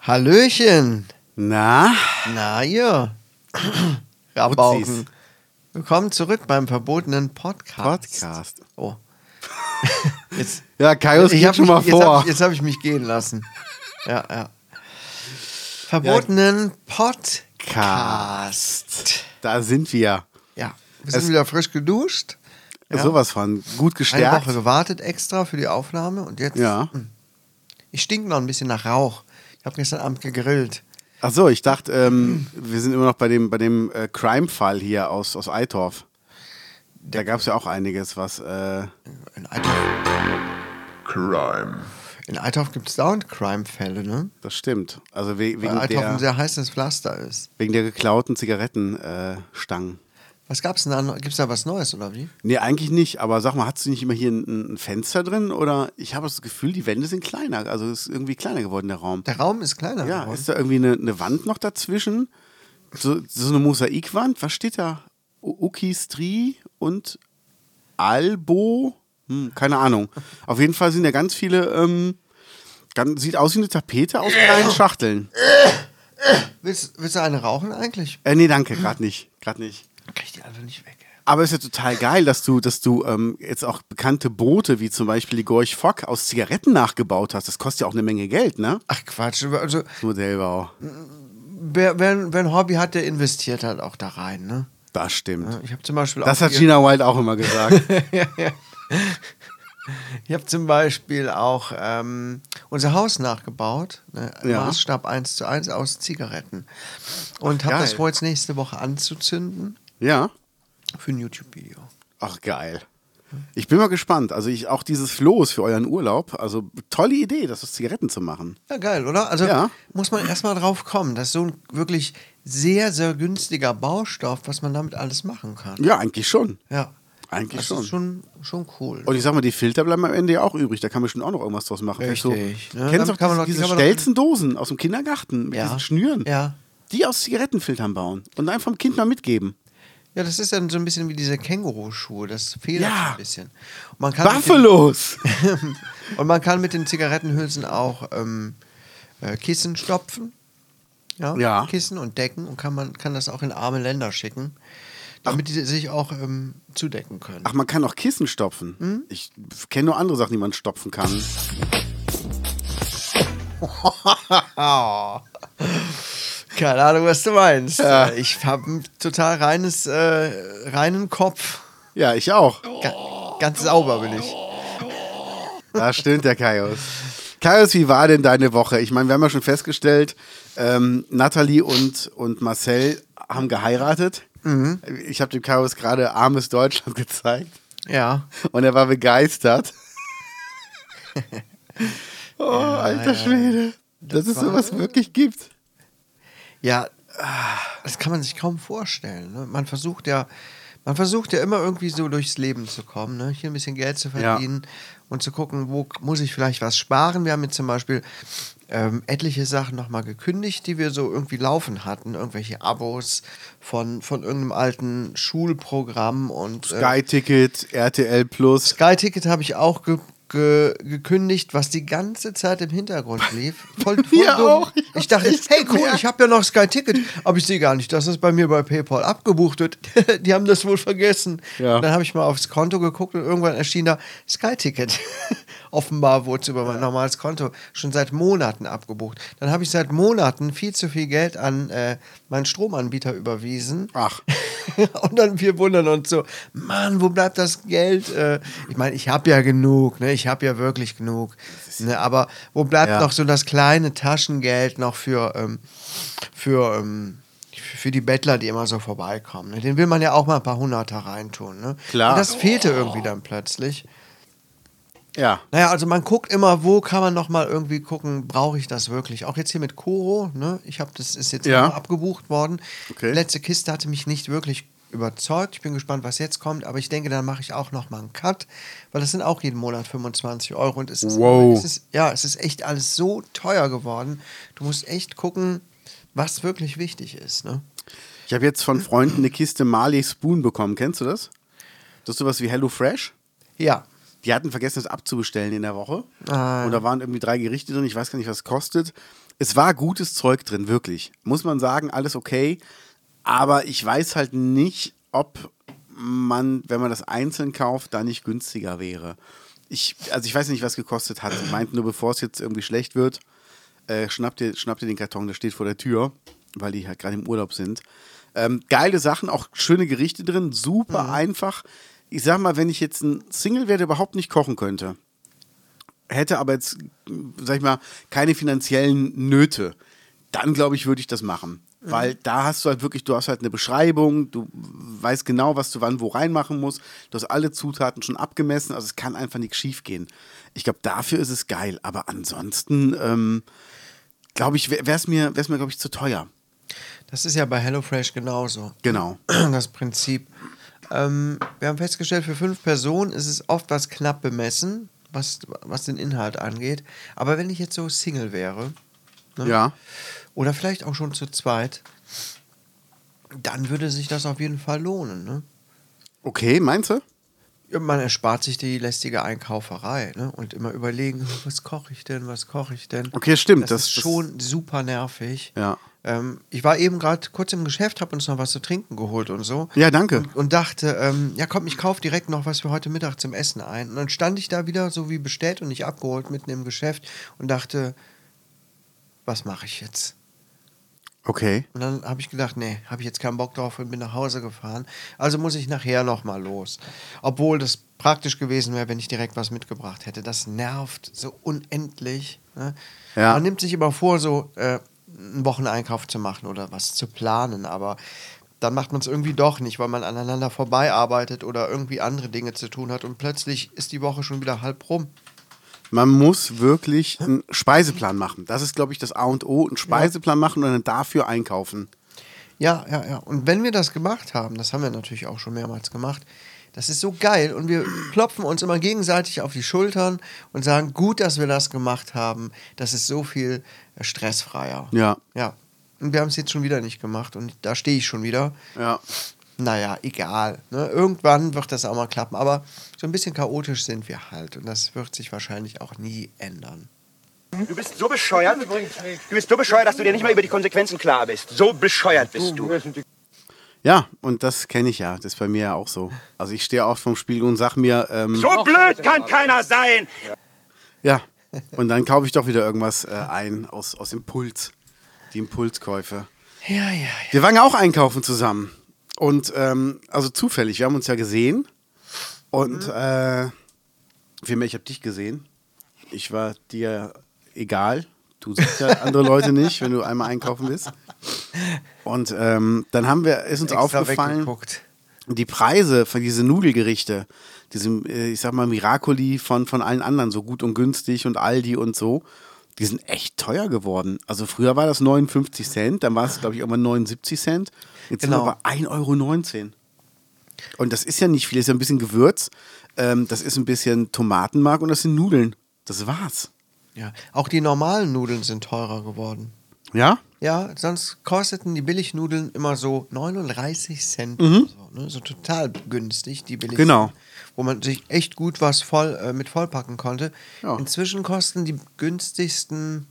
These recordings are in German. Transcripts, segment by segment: Hallöchen. Na? Na ja. Rabauken. Willkommen zurück beim verbotenen Podcast. Podcast. Oh. Jetzt, Ja, Kaius ich geht habe schon mal mich, jetzt vor. hab, jetzt hab ich mich gehen lassen. Ja, ja. Verbotenen Podcast. Da sind wir. Ja. Wir sind wieder frisch geduscht. Sowas von. Gut Eine gestärkt. Woche gewartet extra für die Aufnahme und jetzt. hm. Ja. Ich stink noch ein bisschen nach Rauch. Ich habe gestern Abend gegrillt. Achso, ich dachte, ähm, wir sind immer noch bei dem, bei dem äh, Crime-Fall hier aus, aus Eitorf. Da gab es ja auch einiges, was. Äh, In Eitorf, Crime. in Eitorf gibt es dauernd Crime-Fälle, ne? das stimmt. Also we Weil wegen, Eitorf ein der, sehr heißes Pflaster ist. wegen der geklauten Zigarettenstangen. Äh, Stangen. Was gab's denn da? Gibt es da was Neues oder wie? nee, eigentlich nicht. Aber sag mal, hast du nicht immer hier ein, ein Fenster drin? Oder ich habe das Gefühl, die Wände sind kleiner. Also ist irgendwie kleiner geworden, der Raum. Der Raum ist kleiner Ja, geworden. ist da irgendwie eine, eine Wand noch dazwischen? So, so eine Mosaikwand? Was steht da? U- Ukistri und Albo? Hm, keine Ahnung. Auf jeden Fall sind da ganz viele. Ähm, ganz, sieht aus wie eine Tapete aus kleinen Schachteln. Willst, willst du eine rauchen eigentlich? Äh, nee, danke, gerade nicht. Gerade nicht. Krieg ich die einfach nicht weg. ey. Aber es ist ja total geil, dass du, dass du ähm, jetzt auch bekannte Boote wie zum Beispiel die Gorch Fock aus Zigaretten nachgebaut hast. Das kostet ja auch eine Menge Geld, ne? Ach Quatsch. Also, Modellbau. wer, wer, wer ein Hobby hat, der investiert halt auch da rein, ne? Das stimmt. Ich habe zum Beispiel Das auch hat hier- Gina Wild auch immer gesagt. Ich habe zum Beispiel auch ähm, unser Haus nachgebaut, ne, Ja. Maßstab 1 zu 1 aus Zigaretten. Und habe geil. das vor, jetzt nächste Woche anzuzünden ja. für ein YouTube-Video. Ach, geil. Ich bin mal gespannt. Also ich auch dieses Los für euren Urlaub. Also tolle Idee, das aus Zigaretten zu machen. Ja, geil, oder? Also Ja. muss man erstmal drauf kommen, dass so ein wirklich sehr, sehr günstiger Baustoff, was man damit alles machen kann. Ja, eigentlich schon. Ja. Eigentlich das schon. ist schon, schon cool. Und ich sag mal, die Filter bleiben am Ende ja auch übrig. Da kann man schon auch noch irgendwas draus machen. Vielleicht Richtig, So, ne? Damit Kennst du kann man auch noch- diese, kann diese man noch- Stelzendosen aus dem Kindergarten mit Ja. diesen Schnüren? Ja. Die aus Zigarettenfiltern bauen und einfach dem Kind mal mitgeben. ja, das ist dann so ein bisschen wie diese Känguruschuhe, das fehlt Ja. ein bisschen. Und man kann mit den- Buffalos! Und man kann mit den Zigarettenhülsen auch ähm, äh, Kissen stopfen. Ja, Ja. Kissen und Decken und kann man kann das auch in arme Länder schicken, damit die sich auch ähm, zudecken können. Ach, man kann auch Kissen stopfen. Hm? Ich kenne nur andere Sachen, die man stopfen kann. Keine Ahnung, was du meinst. Äh, Ich habe ein total reines, äh, reinen Kopf. Ja, ich auch. Oh. Ga ganz sauber bin ich. Da stimmt der Kaius. Kaius, wie war denn deine Woche? Ich meine, wir haben ja schon festgestellt, ähm, Nathalie und, und Marcel haben geheiratet. Ich habe dem Kaius gerade armes Deutschland gezeigt Ja. und er war begeistert. oh, alter Schwede. Dass es sowas wirklich gibt. Ja, ah, das kann man sich kaum vorstellen. Ne? Man versucht ja, man versucht ja immer irgendwie so durchs Leben zu kommen, ne? hier ein bisschen Geld zu verdienen und zu gucken, wo k- muss ich vielleicht was sparen. Wir haben jetzt zum Beispiel ähm, etliche Sachen nochmal gekündigt, die wir so irgendwie laufen hatten, irgendwelche Abos von, von irgendeinem alten Schulprogramm und äh, Sky-Ticket, RTL Plus. Sky Ticket habe ich auch ge ge gekündigt, was die ganze Zeit im Hintergrund lief. Voll, voll mir dumm. auch. Ich Ich, dachte, hab's echt hey cool, gemerkt. ich habe ja noch Sky Ticket, aber ich sehe gar nicht, dass das bei mir bei PayPal abgebucht wird. die haben das wohl vergessen. Ja. Und Dann habe ich mal aufs Konto geguckt und irgendwann erschien da Sky Ticket. Offenbar wurde es über mein normales Konto schon seit Monaten abgebucht. Dann habe ich seit Monaten viel zu viel Geld an äh, meinen Stromanbieter überwiesen. Ach. und dann wir wundern uns so, Mann, wo bleibt das Geld? Äh, ich meine, ich habe ja genug, ne? ich habe ja wirklich genug. Ne? Aber wo bleibt Ja. noch so das kleine Taschengeld noch für, ähm, für, ähm, für die Bettler, die immer so vorbeikommen? Ne? Den will man ja auch mal ein paar Hunderter reintun. Ne? Klar. Und das fehlte irgendwie dann plötzlich. Ja. Naja, also man guckt immer, wo kann man noch mal irgendwie gucken, brauche ich das wirklich? Auch jetzt hier mit Koro, ne? Ich habe das ist jetzt Ja. auch abgebucht worden. Okay. Letzte Kiste hatte mich nicht wirklich überzeugt. Ich bin gespannt, was jetzt kommt, aber ich denke, dann mache ich auch nochmal einen Cut, weil das sind auch jeden Monat 25 Euro und es ist, Wow. es ist ja, es ist echt alles so teuer geworden. Du musst echt gucken, was wirklich wichtig ist. Ne? Ich habe jetzt von Freunden eine Kiste Marley Spoon bekommen. Kennst du das? Das ist sowas wie Hello Fresh. Ja, Die hatten vergessen, das abzubestellen in der Woche. Und da waren irgendwie drei Gerichte drin. Ich weiß gar nicht, was es kostet. Es war gutes Zeug drin, wirklich. Muss man sagen, alles okay. Aber ich weiß halt nicht, ob man, wenn man das einzeln kauft, da nicht günstiger wäre. Ich, also ich weiß nicht, was gekostet hat. Sie meinten nur, bevor es jetzt irgendwie schlecht wird, äh, schnapp, dir, schnapp dir den Karton, der steht vor der Tür, weil die halt gerade im Urlaub sind. Ähm, geile Sachen, auch schöne Gerichte drin, super einfach. Ich sag mal, wenn ich jetzt ein Single wäre, der überhaupt nicht kochen könnte, hätte aber jetzt, sag ich mal, keine finanziellen Nöte, dann glaube ich, würde ich das machen. Weil da hast du halt wirklich, du hast halt eine Beschreibung, du weißt genau, was du wann wo reinmachen musst, du hast alle Zutaten schon abgemessen, also es kann einfach nichts schief gehen. Ich glaube, dafür ist es geil, aber ansonsten, ähm, glaube ich, wäre es mir, wär's mir glaube ich, zu teuer. das ist ja bei HelloFresh genauso. Genau. das Prinzip. Ähm, wir haben festgestellt, für fünf Personen ist es oft was knapp bemessen, was, was den Inhalt angeht. Aber wenn ich jetzt so Single wäre, ne, Ja. oder vielleicht auch schon zu zweit, dann würde sich das auf jeden Fall lohnen. Ne? Okay, meinst du? Ja, Man erspart sich die lästige Einkauferei ne? und immer überlegen, was koche ich denn, was koche ich denn. Okay, stimmt, Das, das- ist das- schon super nervig. Ja. Ähm, ich war eben gerade kurz im Geschäft, habe uns noch was zu trinken geholt und so. Ja, danke. Und, und dachte, ähm, ja komm, ich kaufe direkt noch was für heute Mittag zum Essen ein. Und dann stand ich da wieder, so wie bestellt und nicht abgeholt, mitten im Geschäft und dachte, was mache ich jetzt? Okay. Und dann habe ich gedacht, nee, habe ich jetzt keinen Bock drauf und bin nach Hause gefahren. Also muss ich nachher nochmal los. Obwohl das praktisch gewesen wäre, wenn ich direkt was mitgebracht hätte. Das nervt so unendlich. Ne? Ja. Man nimmt sich immer vor, so äh, einen Wocheneinkauf zu machen oder was zu planen, aber dann macht man es irgendwie doch nicht, weil man aneinander vorbeiarbeitet oder irgendwie andere Dinge zu tun hat und plötzlich ist die Woche schon wieder halb rum. Man muss wirklich einen Speiseplan machen. Das ist, glaube ich, das A und O. Einen Speiseplan machen und dann dafür einkaufen. Ja, ja, ja. Und wenn wir das gemacht haben, das haben wir natürlich auch schon mehrmals gemacht, das ist so geil und wir klopfen uns immer gegenseitig auf die Schultern und sagen, gut, dass wir das gemacht haben, das ist so viel äh, stressfreier. Ja. Ja. Und wir haben es jetzt schon wieder nicht gemacht und da stehe ich schon wieder. Ja. Naja, egal. Ne? Irgendwann wird das auch mal klappen, aber so ein bisschen chaotisch sind wir halt und das wird sich wahrscheinlich auch nie ändern. Du bist so bescheuert. Du bist so bescheuert, dass du dir nicht mal über die Konsequenzen klar bist. So bescheuert bist du. Ja, und das kenne ich ja. Das ist bei mir ja auch so. Also ich stehe oft vom Spiegel und sage mir, ähm, So blöd kann keiner sein. ja. Und dann kaufe ich doch wieder irgendwas äh, ein aus, aus Impuls. Die Impulskäufe. Ja, ja, ja. Wir waren ja auch einkaufen zusammen. Und ähm, also zufällig, wir haben uns ja gesehen. Und äh, vielmehr, ich habe dich gesehen. Ich war dir egal. Du siehst ja andere Leute nicht, wenn du einmal einkaufen bist. Und ähm, dann haben wir, ist uns Extra aufgefallen, weggeguckt. die Preise für diese Nudelgerichte, diesem, äh, ich sag mal, Miracoli von, von allen anderen, so gut und günstig und Aldi und so, die sind echt teuer geworden. Also früher war das 59 Cent, dann war es, glaube ich, irgendwann 79 Cent. Jetzt Genau. sind wir bei 1,19 Euro. Und das ist ja nicht viel, das ist ja ein bisschen Gewürz, ähm, das ist ein bisschen Tomatenmark und das sind Nudeln. Das war's. Ja. Auch die normalen Nudeln sind teurer geworden. Ja? Ja, sonst kosteten die Billignudeln immer so 39 Cent. So, ne? so total günstig, die billigen. Mhm. Genau. Wo man sich echt gut was voll, äh, mit vollpacken konnte. Ja. Inzwischen kosten die günstigsten,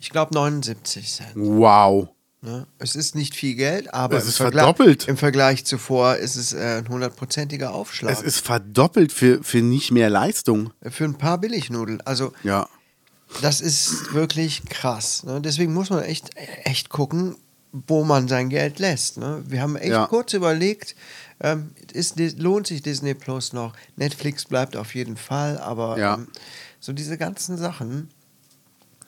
ich glaube, 79 Cent. Wow. Ne? Es ist nicht viel Geld, aber Es im ist Vergleich- verdoppelt. im Vergleich zuvor ist es äh, ein hundertprozentiger Aufschlag. Es ist verdoppelt für, für nicht mehr Leistung. Für ein paar Billignudeln. Also Ja. Das ist wirklich krass. Ne? Deswegen muss man echt, echt gucken, wo man sein Geld lässt. Ne? Wir haben echt Ja. kurz überlegt, ähm, ist, Dis- lohnt sich Disney Plus noch? Netflix bleibt auf jeden Fall, aber Ja. ähm, so diese ganzen Sachen,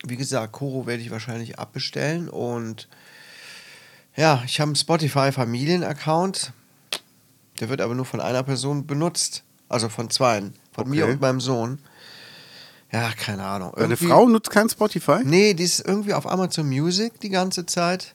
wie gesagt, Koro werde ich wahrscheinlich abbestellen und ja, ich habe einen Spotify-Familien-Account, der wird aber nur von einer Person benutzt, also von zweien, von mir Okay. und meinem Sohn. Ja, keine Ahnung. Deine Irgendwie- Hm. Frau nutzt kein Spotify? Nee, die ist irgendwie auf Amazon Music die ganze Zeit.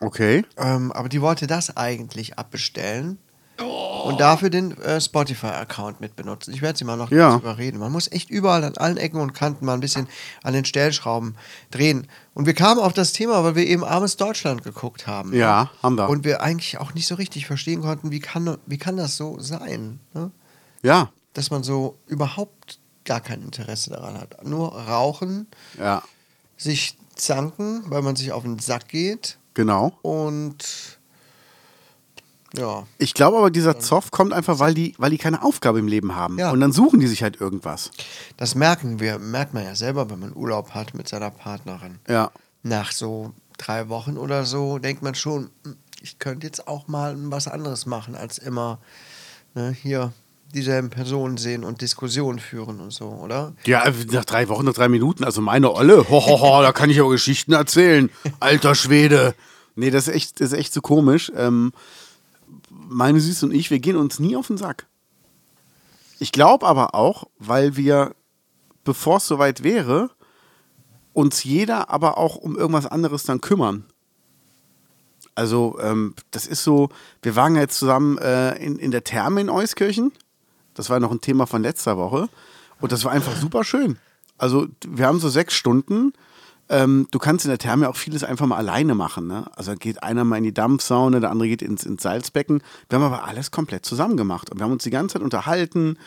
Okay. Ähm, aber die wollte das eigentlich abbestellen und dafür den äh, Spotify-Account mitbenutzen. Ich werde sie mal noch Ja. kurz überreden. Man muss echt überall an allen Ecken und Kanten mal ein bisschen an den Stellschrauben drehen. Und wir kamen auf das Thema, weil wir eben armes Deutschland geguckt haben. ne? Ja, haben wir. Und wir eigentlich auch nicht so richtig verstehen konnten, wie kann, wie kann das so sein, ne? Ja. dass man so überhaupt gar kein Interesse daran hat. Nur rauchen, Ja. sich zanken, weil man sich auf den Sack geht Genau. und ja. Ich glaube aber, dieser Zoff kommt einfach, weil die, weil die keine Aufgabe im Leben haben. Ja. Und dann suchen die sich halt irgendwas. Das merken wir, merkt man ja selber, wenn man Urlaub hat mit seiner Partnerin. Ja. Nach so drei Wochen oder so denkt man schon, "Hm, ich könnte jetzt auch mal was anderes machen, als immer ne, hier dieselben Personen sehen und Diskussionen führen und so, oder? Ja, nach drei Wochen, nach drei Minuten. Also meine Olle, hohoho, da kann ich auch Geschichten erzählen. Alter Schwede. Nee, das ist echt, das ist echt so komisch. Ähm, meine Süße und ich, wir gehen uns nie auf den Sack. Ich glaube aber auch, weil wir, bevor es soweit wäre, uns jeder aber auch um irgendwas anderes dann kümmern. Also, ähm, das ist so, wir waren ja jetzt zusammen äh, in, in der Therme in Euskirchen. Das war noch ein Thema von letzter Woche. Und das war einfach super schön. Also, d- wir haben so sechs Stunden. Ähm, du kannst in der Therme auch vieles einfach mal alleine machen. Ne? Also geht einer mal in die Dampfsaune, der andere geht ins, ins Salzbecken. Wir haben aber alles komplett zusammen gemacht. Und wir haben uns die ganze Zeit unterhalten,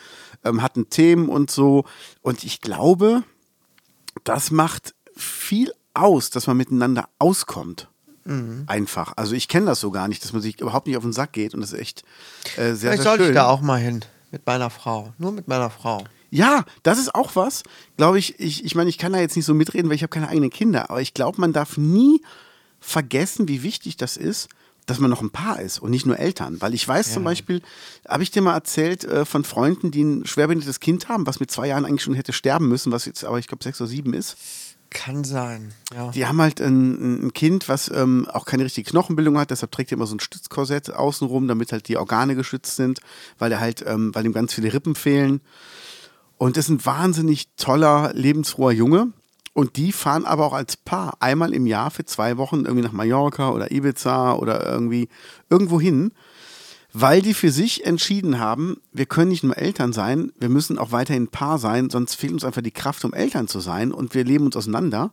ähm, hatten Themen und so. Und ich glaube, das macht viel aus, dass man miteinander auskommt. Mhm. Einfach. Also ich kenne das so gar nicht, dass man sich überhaupt nicht auf den Sack geht und das ist echt äh, sehr, Vielleicht sehr sollte schön. ich da auch mal hin. Mit meiner Frau. Nur mit meiner Frau. Ja, das ist auch was, glaube ich. Ich, ich meine, ich kann da jetzt nicht so mitreden, weil ich habe keine eigenen Kinder. Aber ich glaube, man darf nie vergessen, wie wichtig das ist, dass man noch ein Paar ist und nicht nur Eltern. Weil ich weiß zum Beispiel, habe ich dir mal erzählt äh, von Freunden, die ein schwerbehindertes Kind haben, was mit zwei Jahren eigentlich schon hätte sterben müssen, was jetzt aber ich glaube sechs oder sieben ist. Kann sein. Ja. Die haben halt ein, ein Kind, was ähm, auch keine richtige Knochenbildung hat, deshalb trägt er immer so ein Stützkorsett außenrum, damit halt die Organe geschützt sind, weil er halt, ähm, weil ihm ganz viele Rippen fehlen. Und ist ein wahnsinnig toller, lebensfroher Junge. Und die fahren aber auch als Paar einmal im Jahr für zwei Wochen irgendwie nach Mallorca oder Ibiza oder irgendwie irgendwo hin, weil die für sich entschieden haben, wir können nicht nur Eltern sein, wir müssen auch weiterhin Paar sein, sonst fehlt uns einfach die Kraft, um Eltern zu sein und wir leben uns auseinander.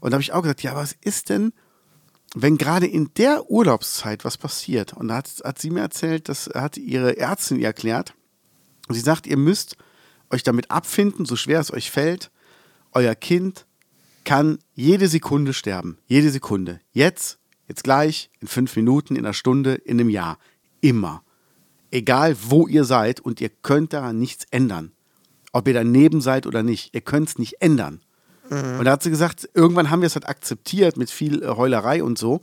Und da habe ich auch gesagt, ja, was ist denn, wenn gerade in der Urlaubszeit was passiert? Und da hat, hat sie mir erzählt, das hat ihre Ärztin ihr erklärt. Und sie sagt, ihr müsst euch damit abfinden, so schwer es euch fällt, euer Kind kann jede Sekunde sterben. Jede Sekunde. Jetzt, jetzt gleich, in fünf Minuten, in einer Stunde, in einem Jahr. Immer. Egal, wo ihr seid und ihr könnt daran nichts ändern. Ob ihr daneben seid oder nicht. Ihr könnt es nicht ändern. Und da hat sie gesagt, irgendwann haben wir es halt akzeptiert mit viel äh, Heulerei und so.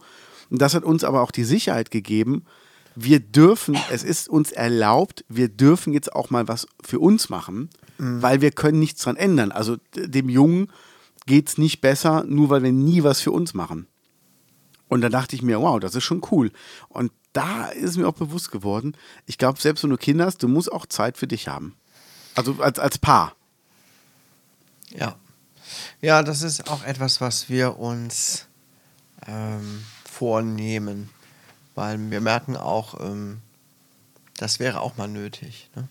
Und das hat uns aber auch die Sicherheit gegeben, wir dürfen, es ist uns erlaubt, wir dürfen jetzt auch mal was für uns machen, weil wir können nichts dran ändern. Also d- dem Jungen geht es nicht besser, nur weil wir nie was für uns machen. Und da dachte ich mir, wow, das ist schon cool. Und da ist mir auch bewusst geworden, ich glaube, selbst wenn du Kinder hast, du musst auch Zeit für dich haben. Also als, als Paar. Ja. Ja, das ist auch etwas, was wir uns ähm, vornehmen. Weil wir merken auch, ähm, das wäre auch mal nötig. Ne?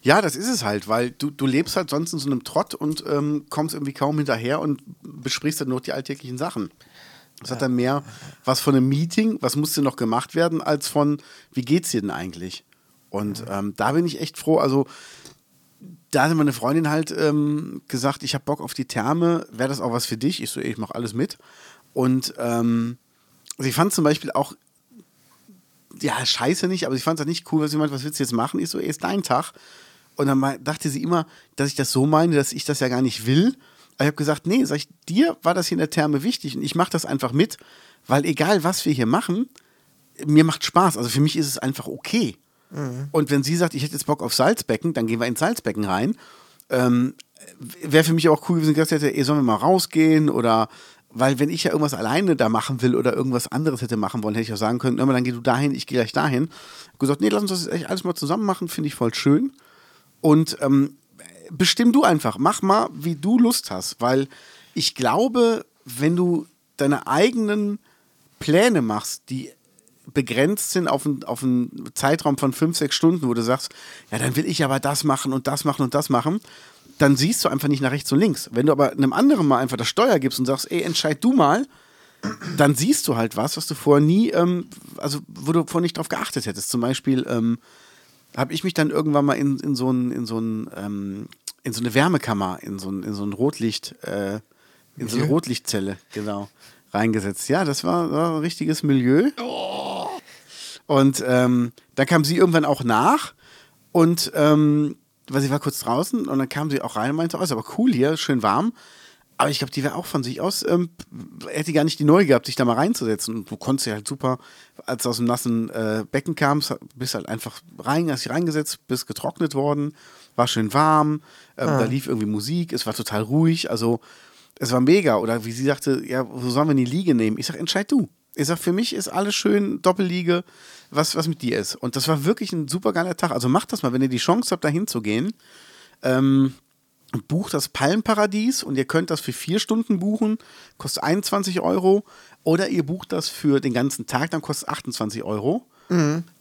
Ja, das ist es halt, weil du, du lebst halt sonst in so einem Trott und ähm, kommst irgendwie kaum hinterher und besprichst dann nur die alltäglichen Sachen. Das hat dann mehr was von einem Meeting, was musste noch gemacht werden, als von, wie geht's dir denn eigentlich? Und ähm, da bin ich echt froh. Also, da hat meine Freundin halt ähm, gesagt, ich habe Bock auf die Therme, wäre das auch was für dich? Ich so, ey, ich mache alles mit. Und ähm, sie fand zum Beispiel auch ja, scheiße nicht, aber sie fand es nicht cool, was jemand, was willst du jetzt machen? Ich so, ey, ist dein Tag. Und dann mei- dachte sie immer, dass ich das so meine, dass ich das ja gar nicht will. Aber ich habe gesagt, nee, sag ich, dir war das hier in der Therme wichtig und ich mache das einfach mit, weil egal, was wir hier machen, mir macht Spaß. Also für mich ist es einfach okay. Und wenn sie sagt, ich hätte jetzt Bock auf Salzbecken, dann gehen wir ins Salzbecken rein. Ähm, Wäre für mich auch cool gewesen, dass ich gesagt hätte, ey, sollen wir mal rausgehen oder weil wenn ich ja irgendwas alleine da machen will oder irgendwas anderes hätte machen wollen, hätte ich auch sagen können, hör mal, dann geh du dahin, ich gehe gleich dahin. Hab gesagt, nee, lass uns das jetzt echt alles mal zusammen machen, finde ich voll schön. Und ähm, bestimm du einfach, mach mal, wie du Lust hast, weil ich glaube, wenn du deine eigenen Pläne machst, die begrenzt sind auf einen, auf einen Zeitraum von fünf, sechs Stunden, wo du sagst, ja, dann will ich aber das machen und das machen und das machen, dann siehst du einfach nicht nach rechts und links. Wenn du aber einem anderen mal einfach das Steuer gibst und sagst, ey, entscheid du mal, dann siehst du halt was, was du vorher nie, ähm, also wo du vorher nicht drauf geachtet hättest. Zum Beispiel ähm, habe ich mich dann irgendwann mal in, in so ein, in so ein, ähm, in so eine Wärmekammer, in so ein, in so ein Rotlicht, äh, in so eine Rotlichtzelle, genau, reingesetzt. Ja, das war, war ein richtiges Milieu. Und ähm, dann kam sie irgendwann auch nach und ähm, weil sie war kurz draußen und dann kam sie auch rein und meinte, oh, ist aber cool hier, schön warm. Aber ich glaube, die wäre auch von sich aus, ähm, hätte gar nicht die Neugier gehabt, sich da mal reinzusetzen. Und du konntest ja halt super, als du aus dem nassen äh, Becken kamst, bist halt einfach rein, hast dich reingesetzt, bist getrocknet worden, war schön warm, ähm, da lief irgendwie Musik, es war total ruhig, also es war mega. Oder wie sie sagte, ja, wo sollen wir die Liege nehmen? Ich sag, entscheid du. Ich sag, für mich ist alles schön, Doppelliege, was, was mit dir ist. Und das war wirklich ein super geiler Tag. Also macht das mal, wenn ihr die Chance habt, da hinzugehen. Bucht das Palmparadies und ihr könnt das für vier Stunden buchen, kostet 21 Euro. Oder ihr bucht das für den ganzen Tag, dann kostet es 28 Euro.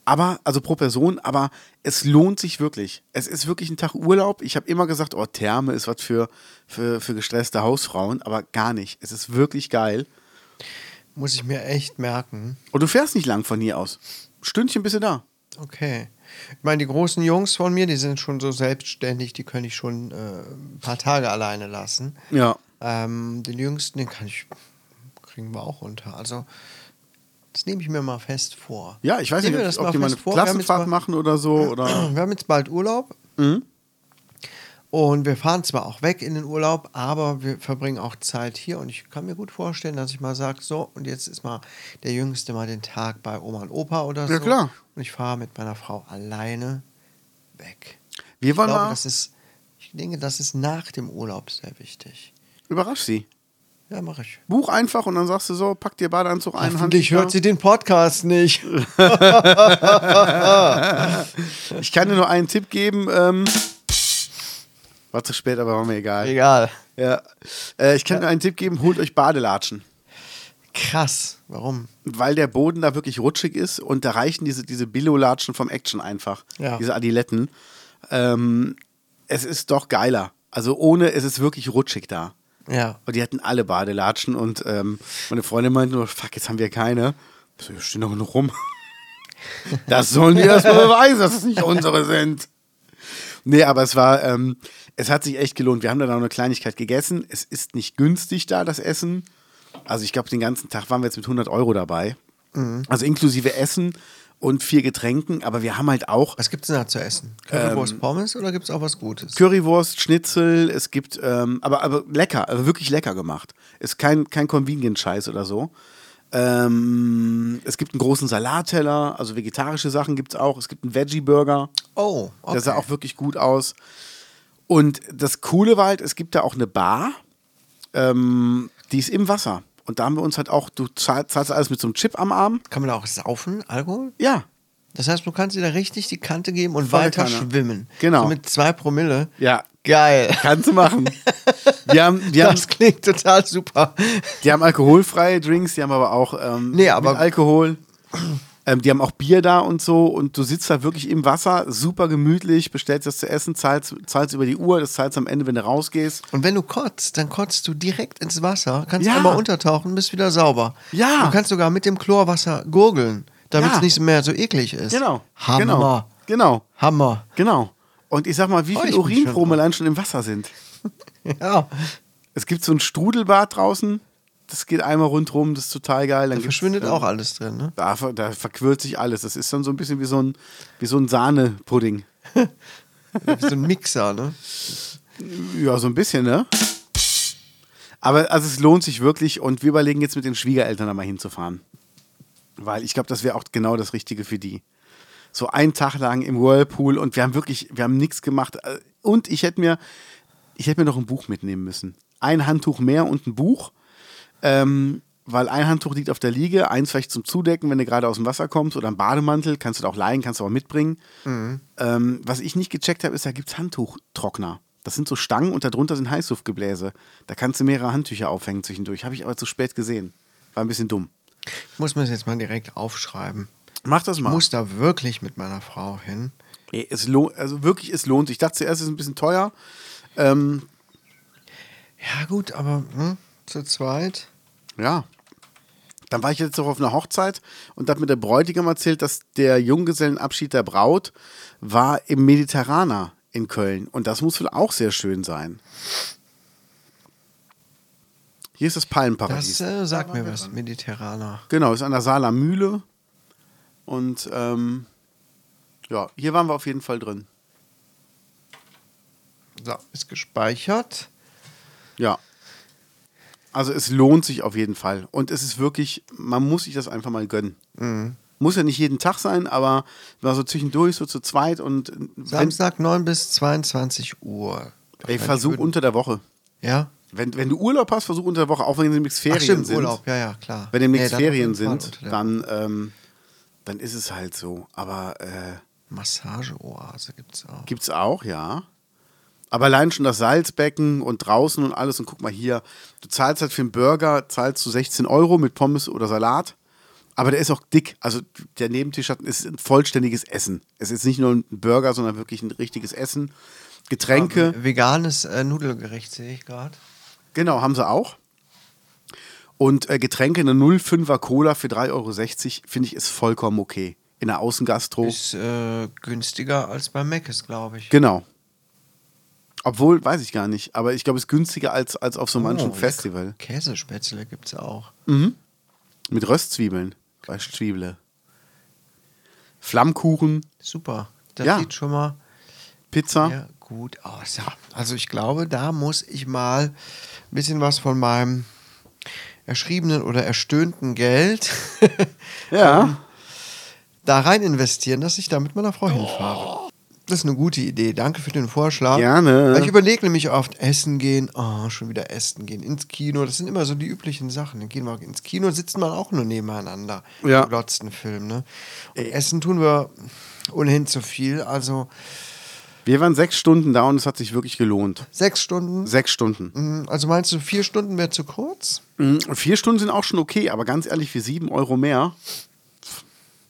Aber, also pro Person, aber es lohnt sich wirklich. Es ist wirklich ein Tag Urlaub. Ich habe immer gesagt, oh, Therme ist was für, für, für gestresste Hausfrauen, aber gar nicht. Es ist wirklich geil. Muss ich mir echt merken. Und du fährst nicht lang von hier aus. Stündchen bist du da. Okay. Ich meine, die großen Jungs von mir, die sind schon so selbstständig, die kann ich schon äh, ein paar Tage alleine lassen. Ja. Ähm, den jüngsten, den kann ich, kriegen wir auch unter. Also, das nehme ich mir mal fest vor. Ja, ich weiß Nehmen nicht, wir ob, das ob mal die mal eine fest vor. Wir haben jetzt Klassenfahrt mal- machen oder so. Oder Wir haben jetzt bald Urlaub. Mhm. Und wir fahren zwar auch weg in den Urlaub, aber wir verbringen auch Zeit hier. Und ich kann mir gut vorstellen, dass ich mal sage, so, und jetzt ist mal der Jüngste mal den Tag bei Oma und Opa oder so. klar. Und ich fahre mit meiner Frau alleine weg. wir Ich wollen glaube, mal, das ist, ich denke, das ist nach dem Urlaub sehr wichtig. überrasch sie. Ja, mache ich. Buch einfach und dann sagst du so, pack dir Badeanzug ein. Hoffentlich Handtücher. hört sie den Podcast nicht. Ich kann dir nur einen Tipp geben. Ähm, war zu spät, aber war mir egal. Egal. Ja. Äh, ich kann nur einen Tipp geben, holt euch Badelatschen. Krass. Warum? Weil der Boden da wirklich rutschig ist und da reichen diese, diese Billo-Latschen vom Action einfach. Ja. Diese Adiletten. Ähm, es ist doch geiler. Also ohne, es ist wirklich rutschig da. Ja. Und die hatten alle Badelatschen und ähm, meine Freundin meinte nur, fuck, jetzt haben wir keine. Ich so, hier stehen doch genug rum. Das sollen die erstmal beweisen, dass es nicht unsere sind. Nee, aber es war, ähm, es hat sich echt gelohnt. Wir haben da noch eine Kleinigkeit gegessen. Es ist nicht günstig da, das Essen. Also ich glaube, den ganzen Tag waren wir jetzt mit 100 Euro dabei. Also inklusive Essen und vier Getränken. Aber wir haben halt auch Was gibt's denn da zu essen? Ähm, Currywurst Pommes oder gibt's auch was Gutes? Currywurst, Schnitzel, es gibt, ähm, aber, aber lecker, also wirklich lecker gemacht. Ist kein, kein Convenient-Scheiß oder so. Ähm, es gibt einen großen Salatteller, also vegetarische Sachen gibt es auch. Es gibt einen Veggie-Burger, Oh, okay. der sah auch wirklich gut aus. Und das Coole war halt, es gibt da auch eine Bar, ähm, die ist im Wasser. Und da haben wir uns halt auch, du zahl- zahlst alles mit so einem Chip am Arm. Kann man da auch saufen, Alkohol? Ja, Das heißt, du kannst dir da richtig die Kante geben und Volle weiter Kanne. schwimmen. Genau. So mit zwei Promille. Ja. Geil. kannst du machen. wir haben, wir haben, Das klingt total super. Die haben alkoholfreie Drinks, die haben aber auch ähm, Nee, aber- mit Alkohol. Ähm, die haben auch Bier da und so. Und du sitzt da wirklich im Wasser, super gemütlich, bestellst das zu essen, zahlst, zahlst über die Uhr, das zahlst am Ende, wenn du rausgehst. Und wenn du kotzt, dann kotzt du direkt ins Wasser, kannst Ja. einmal untertauchen, bist wieder sauber. Ja. Du kannst sogar mit dem Chlorwasser gurgeln, damit es Ja. nicht mehr so eklig ist. Genau. Hammer. Genau. Genau. Hammer. genau. Und ich sag mal, wie Oh, viele ich bin Urinproben schon allein schon im Wasser sind. Ja. Es gibt so ein Strudelbad draußen, das geht einmal rundrum, das ist total geil. Dann Da gibt's, verschwindet äh, auch alles drin, ne? Da, ver- da verquirlt sich alles. Das ist dann so ein bisschen wie so ein, wie so ein Sahnepudding. Wie so ein Mixer, ne? Ja, so ein bisschen, ne? Aber also es lohnt sich wirklich und wir überlegen jetzt mit den Schwiegereltern da mal hinzufahren. Weil ich glaube, das wäre auch genau das Richtige für die. So einen Tag lang im Whirlpool und wir haben wirklich, wir haben nichts gemacht. Äh, Und ich hätte mir, ich hätte mir noch ein Buch mitnehmen müssen. Ein Handtuch mehr und ein Buch. Ähm, weil ein Handtuch liegt auf der Liege, eins vielleicht zum Zudecken, wenn du gerade aus dem Wasser kommst oder ein Bademantel, kannst du da auch leihen, kannst du auch mitbringen. Ähm, was ich nicht gecheckt habe, ist, da gibt es Handtuchtrockner. Das sind so Stangen und darunter sind Heißluftgebläse. Da kannst du mehrere Handtücher aufhängen zwischendurch. Habe ich aber zu spät gesehen. War ein bisschen dumm. Ich muss mir das jetzt mal direkt aufschreiben. Mach das mal. Muss da wirklich mit meiner Frau hin? Nee, es lohnt, also wirklich, es lohnt sich. Ich dachte zuerst, es ist ein bisschen teuer. Ähm, Ja, gut, aber hm, zu zweit. ja. Dann war ich jetzt auch auf einer Hochzeit und habe mir der Bräutigam erzählt, dass der Junggesellenabschied der Braut war im Mediterraner in Köln. Und das muss wohl auch sehr schön sein. Hier ist das Palmenparadies. Das äh, sagt mir was, Mediterraner. Genau, ist an der Saaler Mühle. Und ähm, ja, hier waren wir auf jeden Fall drin. So, ist gespeichert. Ja. Also es lohnt sich auf jeden Fall. Und es ist wirklich, man muss sich das einfach mal gönnen. Mhm. Muss ja nicht jeden Tag sein, aber war so zwischendurch, so zu zweit und äh, wenn, Samstag 9 bis 22 Uhr. ey, versuch unter der Woche. Ja? Wenn, wenn du Urlaub hast, versuch unter der Woche, auch wenn demnächst Ferien Ach, stimmt, sind. Urlaub, ja, ja, klar. Wenn demnächst Nee, dann auf Ferien jeden Fall sind, unter der dann, ähm, dann ist es halt so. Aber äh, Massageoase gibt es auch. Gibt's auch, ja. Aber allein schon das Salzbecken und draußen und alles. Und guck mal hier, du zahlst halt für einen Burger, zahlst du 16 Euro mit Pommes oder Salat. Aber der ist auch dick. Also der Nebentisch hat, ist ein vollständiges Essen. Es ist nicht nur ein Burger, sondern wirklich ein richtiges Essen. Getränke, Veganes äh, Nudelgericht sehe ich gerade. genau, haben sie auch. Und äh, Getränke, eine 0,5er Cola für 3,60 Euro, finde ich, ist vollkommen okay. In der Außengastro. Ist äh, günstiger als bei Mc's, glaube ich. Genau. Obwohl, weiß ich gar nicht, aber ich glaube, es ist günstiger als, als auf so manchem Oh, Festival. lecker. Käsespätzle gibt es auch. Mit Röstzwiebeln. Beispielsweise. Flammkuchen, Super. Das Ja. sieht schon mal Pizza. sehr gut aus. Ja. Also ich glaube, da muss ich mal ein bisschen was von meinem erschriebenen oder erstöhnten Geld Ja. da rein investieren, dass ich da mit meiner Frau hinfahre. Das ist eine gute Idee. Danke für den Vorschlag. Gerne. Ich überlege nämlich oft, essen gehen, oh, schon wieder essen gehen, ins Kino. Das sind immer so die üblichen Sachen. Dann gehen wir ins Kino, sitzen wir auch nur nebeneinander. Ja. Im letzten Film, ne? Und essen tun wir ohnehin zu viel. Also Wir waren sechs Stunden da und es hat sich wirklich gelohnt. sechs Stunden. Sechs Stunden. Mm, Also meinst du, vier Stunden wäre zu kurz? Mhm, und Vier Stunden sind auch schon okay, aber ganz ehrlich, für sieben Euro mehr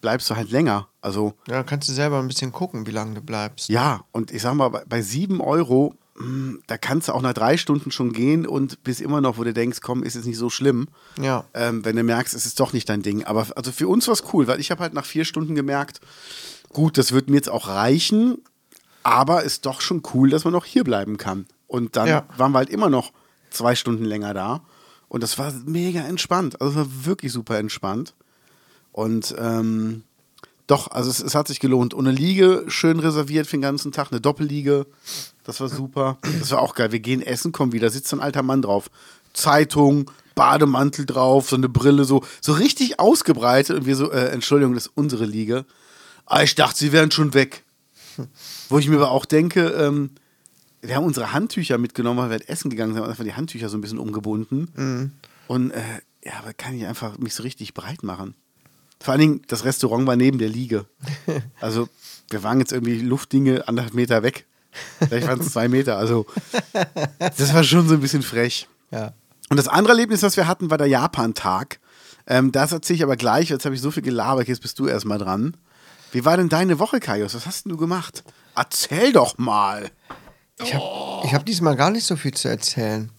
bleibst du halt länger. Also, Ja, kannst du selber ein bisschen gucken, wie lange du bleibst. ja, und ich sag mal, bei- bei sieben Euro, mh, da kannst du auch nach drei Stunden schon gehen und bist immer noch, wo du denkst, komm, ist es nicht so schlimm. Ja. ähm, wenn du merkst, es ist doch nicht dein Ding. Aber also für uns war es cool, weil ich habe halt nach vier Stunden gemerkt, gut, das wird mir jetzt auch reichen, aber ist doch schon cool, dass man noch hier bleiben kann. Und dann Ja. waren wir halt immer noch zwei Stunden länger da. Und das war mega entspannt. Also es war wirklich super entspannt. Und ähm, doch, also es, es hat sich gelohnt. Und eine Liege schön reserviert für den ganzen Tag, eine Doppelliege. Das war super. Das war auch geil. Wir gehen essen, kommen wieder, sitzt so ein alter Mann drauf. Zeitung, Bademantel drauf, so eine Brille, so, so richtig ausgebreitet. Und wir so, äh, Entschuldigung, das ist unsere Liege. Ah, ich dachte, sie wären schon weg. Wo ich mir aber auch denke, ähm, wir haben unsere Handtücher mitgenommen, weil wir halt essen gegangen sind, haben einfach die Handtücher so ein bisschen umgebunden. Und äh, ja, aber kann ich einfach mich so richtig breit machen. Vor allen Dingen, das Restaurant war neben der Liege. Also, wir waren jetzt irgendwie Luftdinge anderthalb Meter weg. Vielleicht waren es zwei Meter. Also, das war schon so ein bisschen frech. Ja. Und das andere Erlebnis, das wir hatten, war der Japan-Tag. Ähm, das erzähle ich aber gleich. Jetzt habe ich so viel gelabert. Jetzt bist du erstmal dran. Wie war denn deine Woche, Kaius? Was hast denn du gemacht? Erzähl doch mal. Ich habe ich hab diesmal gar nicht so viel zu erzählen.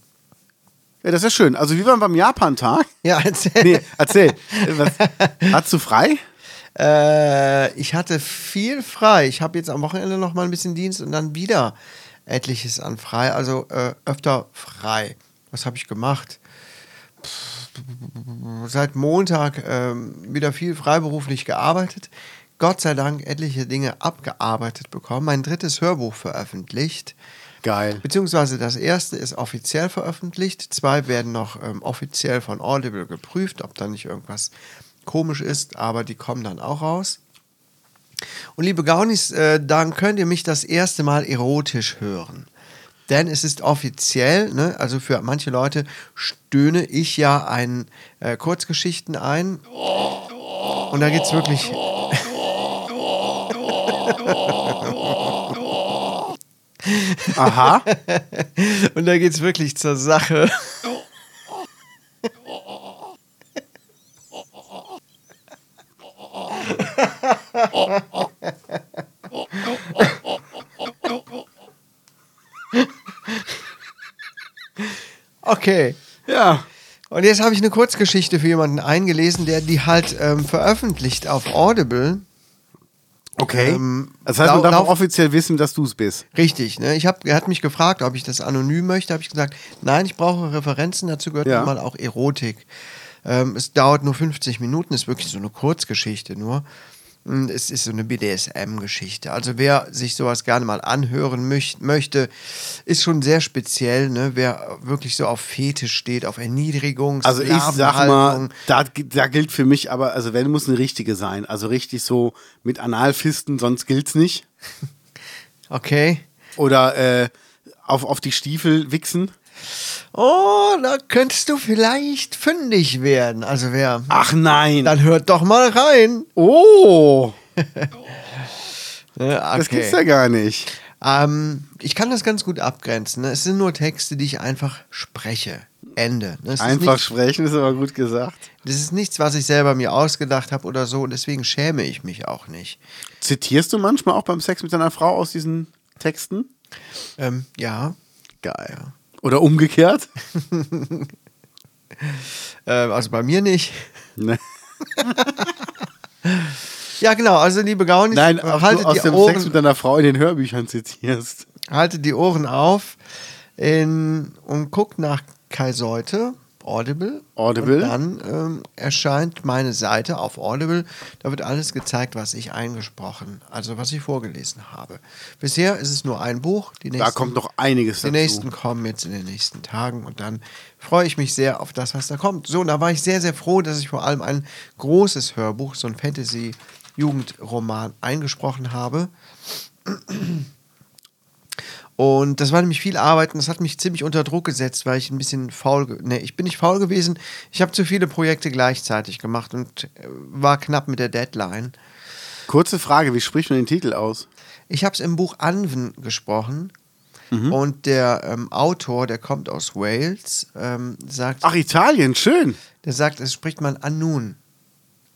Ja, das ist ja schön. Also, wir waren beim Japan-Tag. Ja, erzähl. Nee, erzähl. Äh, Was, hast du frei? Äh, ich hatte viel frei. Ich habe jetzt am Wochenende noch mal ein bisschen Dienst und dann wieder etliches an frei. Also äh, öfter frei. Was habe ich gemacht? Pff, Seit Montag ähm, wieder viel freiberuflich gearbeitet. Gott sei Dank etliche Dinge abgearbeitet bekommen. Mein drittes Hörbuch veröffentlicht. Geil. Beziehungsweise das erste ist offiziell veröffentlicht, zwei werden noch ähm, offiziell von Audible geprüft, ob da nicht irgendwas komisch ist, aber die kommen dann auch raus. Und liebe Gaunis, äh, dann könnt ihr mich das erste Mal erotisch hören. Denn es ist offiziell, ne, also für manche Leute stöhne ich ja ein äh, Kurzgeschichten ein. Und da geht's wirklich. Aha. Und da geht's wirklich zur Sache. Okay. Ja. Und jetzt habe ich eine Kurzgeschichte für jemanden eingelesen, der die halt ähm, veröffentlicht auf Audible. Okay. Ähm, das heißt, man lau- darf auch lauf- offiziell wissen, dass du es bist. Richtig, ne? Ich hab, er hat mich gefragt, ob ich das anonym möchte. Habe ich gesagt, nein, ich brauche Referenzen. Dazu gehört Ja. nun mal auch Erotik. Ähm, es dauert nur 50 Minuten, ist wirklich so eine Kurzgeschichte nur. Und Es ist so eine BDSM-Geschichte. Also wer sich sowas gerne mal anhören möch- möchte, ist schon sehr speziell. Ne? Wer wirklich so auf Fetisch steht, auf Erniedrigung, Also ich sag mal, Sklavenhaltung. da, da gilt für mich aber, also wenn, muss eine richtige sein. Also richtig so mit Analfisten, sonst gilt's nicht. Okay. Oder äh, auf, auf die Stiefel Hm. wichsen. Oh, da könntest du vielleicht fündig werden. Also wer... Ach nein. Dann hört doch mal rein. oh, Ne, Okay. das gibt's ja gar nicht. Ähm, ich kann das ganz gut abgrenzen. Ne? Es sind nur Texte, die ich einfach spreche. Ende. Ne? Es Einfach Ist nicht, sprechen ist aber gut gesagt. das ist nichts, was ich selber mir ausgedacht habe oder so. Und deswegen schäme ich mich auch nicht. Zitierst du manchmal auch beim Sex mit deiner Frau aus diesen Texten? Ähm, ja. Geil. Oder umgekehrt? Ähm, also bei mir nicht. Ne. Ja, genau. Also, liebe Gaunis, Nein, ob du aus haltet, die dem Sex mit Ohren, deiner Frau in den Hörbüchern zitierst. haltet die Ohren auf in, und guckt nach Kaiseute. Audible. Audible. Und dann ähm, erscheint meine Seite auf Audible. Da wird alles gezeigt, was ich eingesprochen, also was ich vorgelesen habe. Bisher ist es nur ein Buch. Die nächsten, Da kommt noch einiges Die dazu. nächsten kommen jetzt in den nächsten Tagen und dann freue ich mich sehr auf das, was da kommt. So, und da war ich sehr, sehr froh, dass ich vor allem ein großes Hörbuch, so ein Fantasy-Jugendroman eingesprochen habe. Und das war nämlich viel Arbeit und das hat mich ziemlich unter Druck gesetzt, weil ich ein bisschen faul. ge- Nee, ich bin nicht faul gewesen. Ich habe zu viele Projekte gleichzeitig gemacht und äh, war knapp mit der Deadline. Kurze Frage, wie spricht man den Titel aus? Ich habe es im Buch Anven gesprochen. Mhm. Und der ähm, Autor, der kommt aus Wales, ähm, sagt, Ach, Italien, schön. der sagt, es spricht man Anun.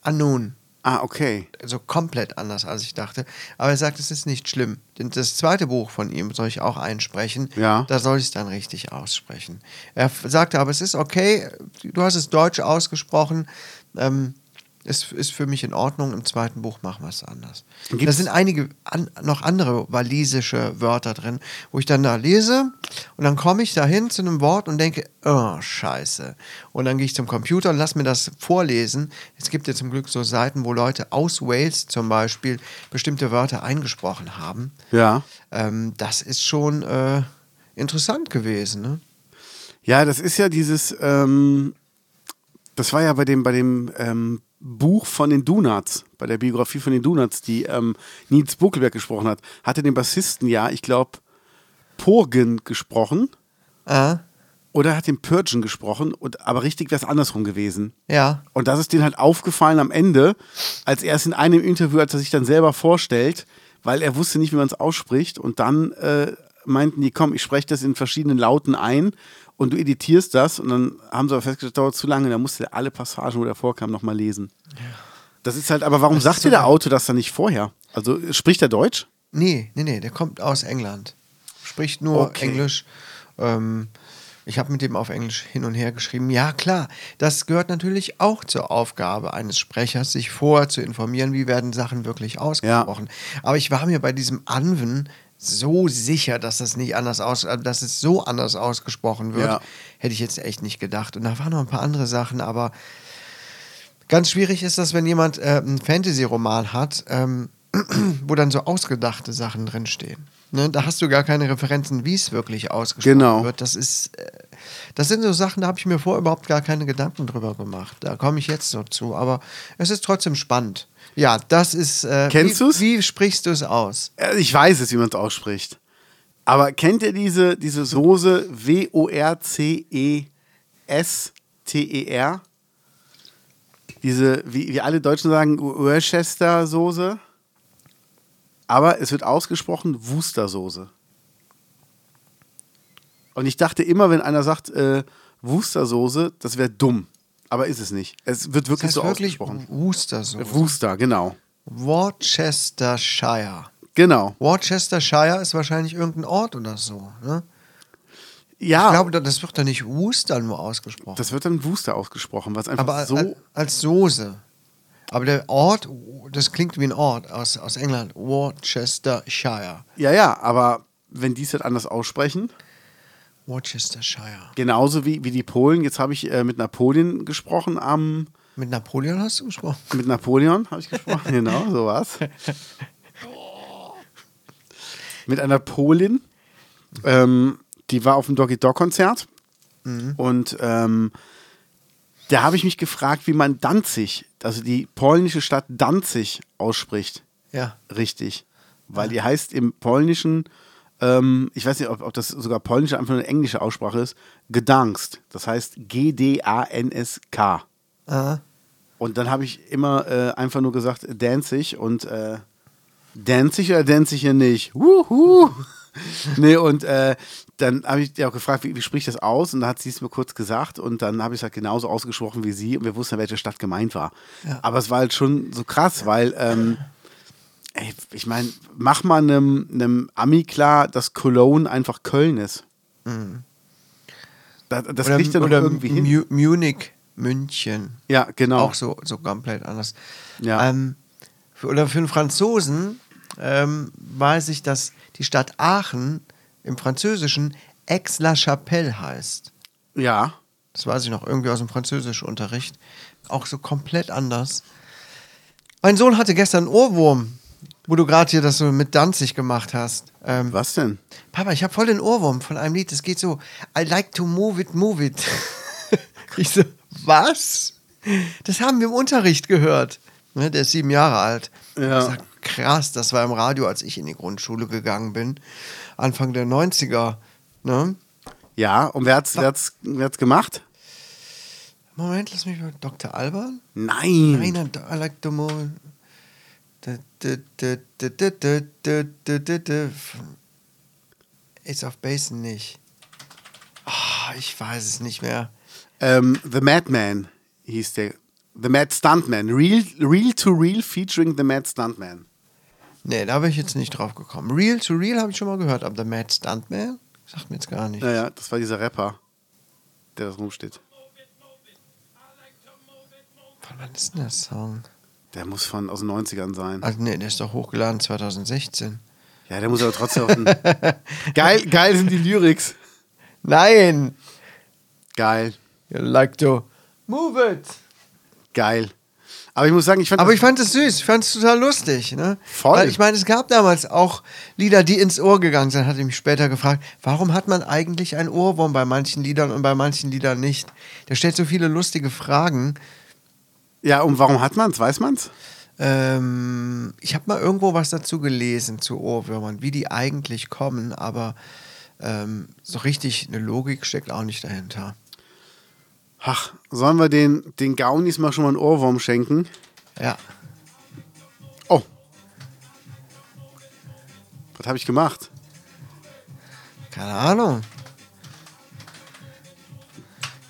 Anun. Ah, okay. Also komplett anders, als ich dachte. Aber er sagt, es ist nicht schlimm. Denn das zweite Buch von ihm soll ich auch einsprechen. Ja. Da soll ich es dann richtig aussprechen. Er f- sagte aber, es ist okay, du hast es deutsch ausgesprochen. Ähm, es ist für mich in Ordnung. Im zweiten Buch machen wir es anders. Da Gibt's- sind einige an, noch andere walisische Wörter drin, wo ich dann da lese und dann komme ich dahin zu einem Wort und denke, oh, scheiße. Und dann gehe ich zum Computer und lass mir das vorlesen. Es gibt ja zum Glück so Seiten, wo Leute aus Wales zum Beispiel bestimmte Wörter eingesprochen haben. Ja. Ähm, das ist schon äh, interessant gewesen. Ne? Ja, das ist ja dieses, ähm, das war ja bei dem, bei dem ähm, Buch von den Donuts, bei der Biografie von den Donuts, die ähm, Nils Buckelberg gesprochen hat, hatte den Bassisten ja, ich glaube, Purgen gesprochen Ah, oder hat den Purgen gesprochen, und, aber richtig wäre es andersrum gewesen. ja. Und das ist denen halt aufgefallen am Ende, als er es in einem Interview, als er sich dann selber vorstellt, weil er wusste nicht, wie man es ausspricht. Und dann äh, meinten die, komm, ich spreche das in verschiedenen Lauten ein und du editierst das. Und dann haben sie aber festgestellt, das dauert zu lange. Da musste er alle Passagen, wo der vorkam, nochmal lesen. Das ist halt, aber warum sagt dir der Auto das dann nicht vorher? Also äh, spricht er Deutsch? Nee, nee, nee, der kommt aus England. Spricht nur Okay. Englisch. Ähm, ich habe mit dem auf Englisch hin und her geschrieben. Ja, klar, das gehört natürlich auch zur Aufgabe eines Sprechers, sich vorher zu informieren, wie werden Sachen wirklich ausgesprochen. Aber ich war mir bei diesem Anwen so sicher, dass das nicht anders aus, äh, dass es so anders ausgesprochen wird, Ja. hätte ich jetzt echt nicht gedacht. Und da waren noch ein paar andere Sachen, aber Ganz schwierig ist das, wenn jemand äh, einen Fantasy-Roman hat, ähm, wo dann so ausgedachte Sachen drinstehen. Ne? Da hast du gar keine Referenzen, wie es wirklich ausgesprochen Genau. wird. Das ist, äh, das sind so Sachen, da habe ich mir vorher überhaupt gar keine Gedanken drüber gemacht. Da komme ich jetzt noch zu, aber es ist trotzdem spannend. Ja, das ist. Äh, Kennst wie, du's? Wie sprichst du es aus? Äh, Ich weiß es, wie man es ausspricht. Aber kennt ihr diese, diese Soße E W-O-R-C-E-S-T-E-R? E Diese, wie, wie alle Deutschen sagen, Worcester-Soße. Aber es wird ausgesprochen Wuster-Soße. Und ich dachte immer, wenn einer sagt äh, Wuster-Soße, das wäre dumm. Aber ist es nicht. Es wird wirklich so wirklich ausgesprochen. Worcester so. Wuster, genau. Worcestershire. Genau. Worcestershire ist wahrscheinlich irgendein Ort oder so. Ne? Ich Ja, glaube, das wird dann nicht Wooster nur ausgesprochen. Ah. das wird dann Wooster ausgesprochen, was einfach aber äh, so. als, als Soße. Aber der Ort, das klingt wie ein Ort aus, aus England. Worcestershire. ja, ja, aber wenn die es halt anders aussprechen, Worcestershire. genauso wie, wie die Polen, jetzt habe ich äh, mit Napoleon gesprochen am. Mit Napoleon hast du gesprochen. Mit Napoleon habe ich gesprochen, genau, sowas. Mit einer Polin, ähm, die war auf dem Doggy Dog Konzert und ähm, da habe ich mich gefragt, wie man Danzig, also die polnische Stadt Danzig ausspricht. Ja. Richtig. Weil die heißt im Polnischen, ähm, ich weiß nicht, ob, ob das sogar polnische einfach nur eine englische Aussprache ist, Gedankst. Das heißt G-D-A-N-S-K. Ah. Und dann habe ich immer äh, einfach nur gesagt, Danzig und äh, Danzig oder Danzig hier nicht? Wuhu! nee, und äh, dann habe ich die auch gefragt, wie, wie spricht das aus? Und dann hat sie es mir kurz gesagt und dann habe ich es halt genauso ausgesprochen wie sie und wir wussten, welche Stadt gemeint war. Ja. Aber es war halt schon so krass, weil, ähm, ey, ich meine, mach mal einem, einem Ami klar, dass Cologne einfach Köln ist. Mhm. Das, das kriegt er doch irgendwie hin. Mu- Munich, München. Ja, genau. Auch so, so komplett anders. Ja. Ähm, für, oder für einen Franzosen ähm, weiß ich, dass die Stadt Aachen im Französischen Aix-la-Chapelle heißt. Ja. Das weiß ich noch, irgendwie aus dem Französischunterricht. Auch so komplett anders. Mein Sohn hatte gestern einen Ohrwurm, wo du gerade hier das so mit Danzig gemacht hast. Ähm, Was denn? Papa, ich habe voll den Ohrwurm von einem Lied. Das geht so, I like to move it, move it. ich so, was? Das haben wir im Unterricht gehört. Ne, der ist sieben Jahre alt. Ja. Ich sag, krass, das war im Radio, als ich in die Grundschule gegangen bin. Anfang der 90er. Ne? Ja, und wer hat's, wer hat's, wer hat's gemacht? Moment, lass mich mal. Dr. Alban? Nein. Nein, I like to move. Da, da, da, da, da, da, da, da, da, da. Ace of Basin nicht. Ah, ich weiß es nicht mehr. Ähm, The Madman hieß der. The Mad Stuntman. Real, real to Real featuring The Mad Stuntman. Nee, da bin ich jetzt nicht drauf gekommen. Real to Real habe ich schon mal gehört, aber The Mad Stuntman? Sagt mir jetzt gar nicht. Naja, das war dieser Rapper, der das rumsteht. Von wann ist denn der Song? Der muss von aus den 90ern sein. Also, nee, der ist doch hochgeladen 2016. Ja, der muss aber trotzdem auf den geil, geil sind die Lyrics. Nein! Geil, You like to move it! geil. Aber ich muss sagen, ich fand Aber das- ich fand es süß, ich fand es total lustig. Ne? Voll. Weil ich meine, es gab damals auch Lieder, die ins Ohr gegangen sind. Hatte ich mich später gefragt, warum hat man eigentlich einen Ohrwurm bei manchen Liedern und bei manchen Liedern nicht? Der stellt so viele lustige Fragen. Ja, und warum hat man's? Weiß man's? Ähm, ich habe mal irgendwo was dazu gelesen zu Ohrwürmern, wie die eigentlich kommen, aber ähm, so richtig eine Logik steckt auch nicht dahinter. Ach, sollen wir den, den Gaunis mal schon mal einen Ohrwurm schenken? Ja. Oh. Was habe ich gemacht? Keine Ahnung.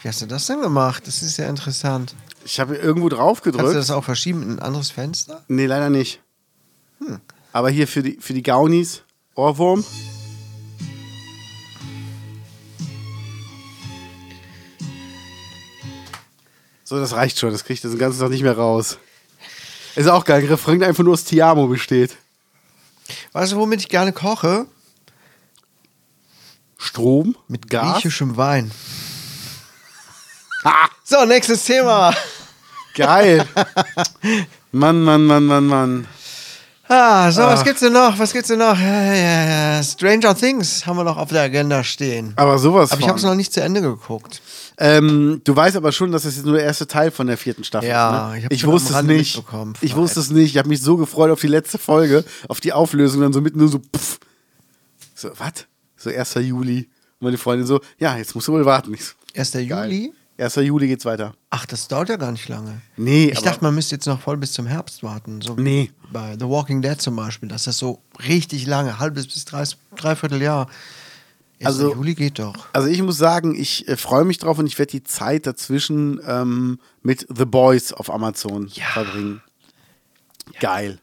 Wie hast du das denn gemacht? Das ist ja interessant. Ich habe irgendwo drauf Kannst du gedrückt. das auch verschieben in ein anderes Fenster? Nee, leider nicht. Hm. Aber hier für die, für die Gaunis, Ohrwurm. So, das reicht schon. Das kriegt das den ganzen Tag nicht mehr raus. Ist auch geil. Refrain einfach nur aus Tiamo besteht. Weißt du, womit ich gerne koche? Strom Mit Gas. griechischem Wein. So, nächstes Thema. Geil. Mann, Mann, Mann, Mann, Mann. Ah, so, was gibt's denn noch? Was gibt's denn noch? Ja, ja, ja. Stranger Things haben wir noch auf der Agenda stehen. Aber sowas. Aber ich von. habe es noch nicht zu Ende geguckt. Ähm, du weißt aber schon, dass das jetzt nur der erste Teil von der vierten Staffel Ja, ist. ich Ne? hab's Ich, schon am wusste es Rande nicht. mitbekommen, Fred. Ich wusste es nicht. Ich habe mich so gefreut auf die letzte Folge, auf die Auflösung, dann so mitten nur so, pff. So, was? So 1. Juli. Und meine Freundin so, ja, jetzt musst du wohl warten. Ich so, 1. geil. Juli? 1. Juli geht's weiter. Ach, das dauert ja gar nicht lange. Nee, Ich aber- dachte, man müsste jetzt noch voll bis zum Herbst warten. So Nee. Bei The Walking Dead zum Beispiel, dass das so richtig lange, halbes bis drei, dreiviertel Jahr. 1. Also- Juli geht doch. Also ich muss sagen, ich äh, freue mich drauf und ich werde die Zeit dazwischen ähm, mit The Boys auf Amazon verbringen. Geil.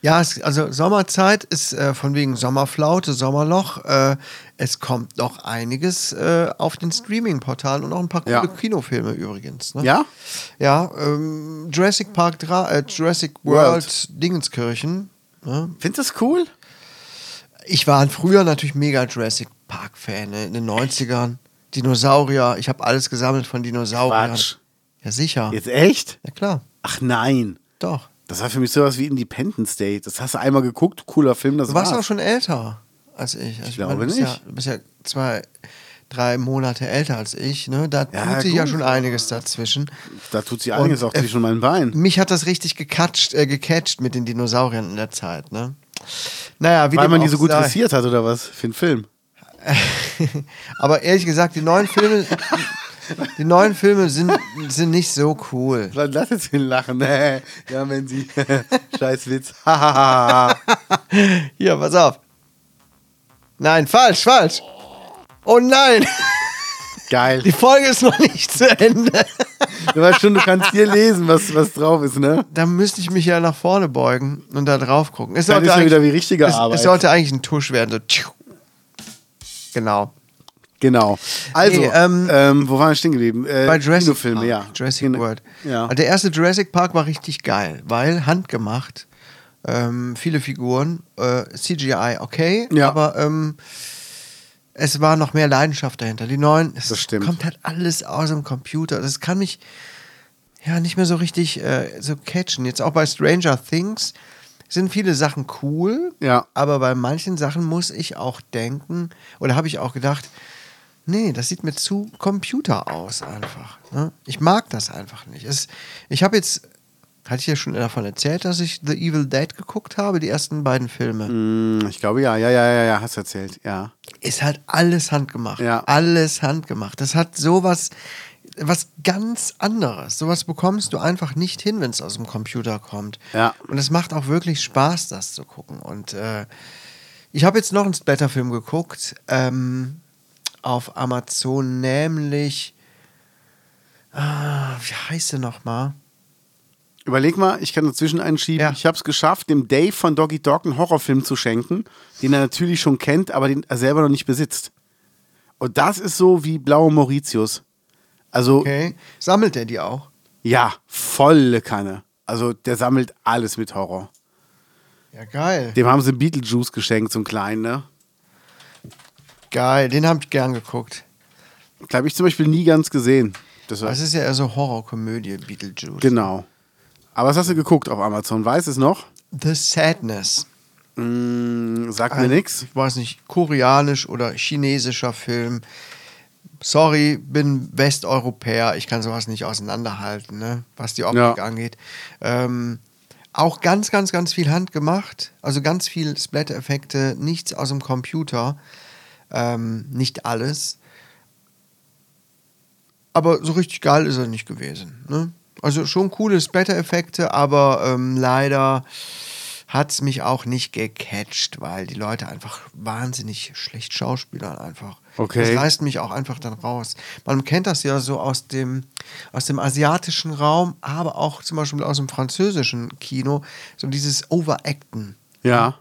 Ja, es, also Sommerzeit ist äh, von wegen Sommerflaute, Sommerloch. Äh, es kommt noch einiges äh, auf den Streaming-Portalen und noch ein paar coole Ja. Kinofilme übrigens. Ne? Ja? Ja, ähm, Jurassic Park 3, äh, Jurassic World, Dingenskirchen. Ne? Findest du das cool? Ich war früher natürlich mega Jurassic Park-Fan ne? in den 90ern. Dinosaurier, ich habe alles gesammelt von Dinosauriern. Quatsch. Ja, sicher. Jetzt echt? Ja, klar. Ach nein. Doch. Das war für mich sowas wie Independence Day. Das hast du einmal geguckt, cooler Film, das Du warst war's. auch schon älter als ich. Also Ich glaube du bist nicht. Ja, du bist ja zwei, drei Monate älter als ich. Ne? Da Ja, tut sich ja gut. schon einiges dazwischen. Da tut sich einiges Und, auch zwischen meinen Beinen. Mich hat das richtig gecatcht, äh, gecatcht mit den Dinosauriern in der Zeit. Ne? Naja, wie Weil dem man die auch so gut sei. dressiert hat oder was? Für einen Film. Aber ehrlich gesagt, die neuen Filme, die neuen Filme sind, sind nicht so cool. Lass- Lass jetzt ihn lachen. Nee. Ja, Menzi. Scheiß Witz. Hahaha. Hier, pass auf. Nein, falsch, falsch. Oh nein, die Geil. Folge ist noch nicht zu Ende. Du weißt schon, du kannst hier lesen, was, was drauf ist, ne? Da müsste ich mich ja nach vorne beugen und da drauf gucken. Es Dann sollte ist ja eigentlich- wieder wie richtige es, Arbeit. Es sollte eigentlich ein Tusch werden. So. tschiu. Genau. Genau. Also, Nee, ähm, ähm, wo waren wir stehen geblieben? Äh, Bei Jurassic Kinofilme, Park. Ah, ja. Jurassic Genau. World. Ja. Also der erste Jurassic Park war richtig geil, weil handgemacht, ähm, viele Figuren, äh, CGI okay, Ja. aber ähm, es war noch mehr Leidenschaft dahinter. Die neuen, es Das stimmt. kommt halt alles aus dem Computer. Das kann mich ja nicht mehr so richtig äh, so catchen. Jetzt auch bei Stranger Things sind viele Sachen cool, Ja. aber bei manchen Sachen muss ich auch denken oder habe ich auch gedacht, nee, das sieht mir zu Computer aus einfach. Ne? Ich mag das einfach nicht. Es, ich habe jetzt, hatte ich ja schon davon erzählt, dass ich The Evil Dead geguckt habe, die ersten beiden Filme. Hm, Ich glaube, ja, ja, ja, ja, ja, hast erzählt, ja. Ist halt alles handgemacht. Ja. Alles handgemacht. Das hat sowas, was ganz anderes. Sowas bekommst du einfach nicht hin, wenn es aus dem Computer kommt. Ja. Und es macht auch wirklich Spaß, das zu gucken. Und äh, ich habe jetzt noch einen Splatter-Film geguckt ähm, auf Amazon, nämlich, ah, wie heißt der nochmal? Überleg mal, ich kann dazwischen einschieben. Ja. Ich habe es geschafft, dem Dave von Doggy Dog einen Horrorfilm zu schenken, den er natürlich schon kennt, aber den er selber noch nicht besitzt. Und das ist so wie Blaue Mauritius. Also, Okay. Sammelt er die auch? ja, volle Kanne. Also, der sammelt alles mit Horror. Ja, geil. Dem haben sie Beetlejuice geschenkt, so einen kleinen, ne? Geil, den habe ich gern geguckt. Glaube ich zum Beispiel nie ganz gesehen. Das war, Das ist ja eher so Horrorkomödie, Beetlejuice. genau. Aber was hast du geguckt auf Amazon? Weiß es noch? The Sadness. Hm, sagt mir Ein, nix. Ich weiß nicht, koreanisch oder chinesischer Film. Sorry, bin Westeuropäer, ich kann sowas nicht auseinanderhalten, ne? was die Optik Ja. angeht. Ähm, auch ganz, ganz, ganz viel handgemacht, also ganz viel Splatter-Effekte, nichts aus dem Computer, ähm, nicht alles. Aber so richtig geil ist er nicht gewesen. Ne? Also schon coole Splatter-Effekte, aber ähm, leider hat es mich auch nicht gecatcht, weil die Leute einfach wahnsinnig schlecht schauspielern einfach. Okay. Das reißt mich auch einfach dann raus. Man kennt das ja so aus dem, aus dem asiatischen Raum, aber auch zum Beispiel aus dem französischen Kino, so dieses Overacten. Ja.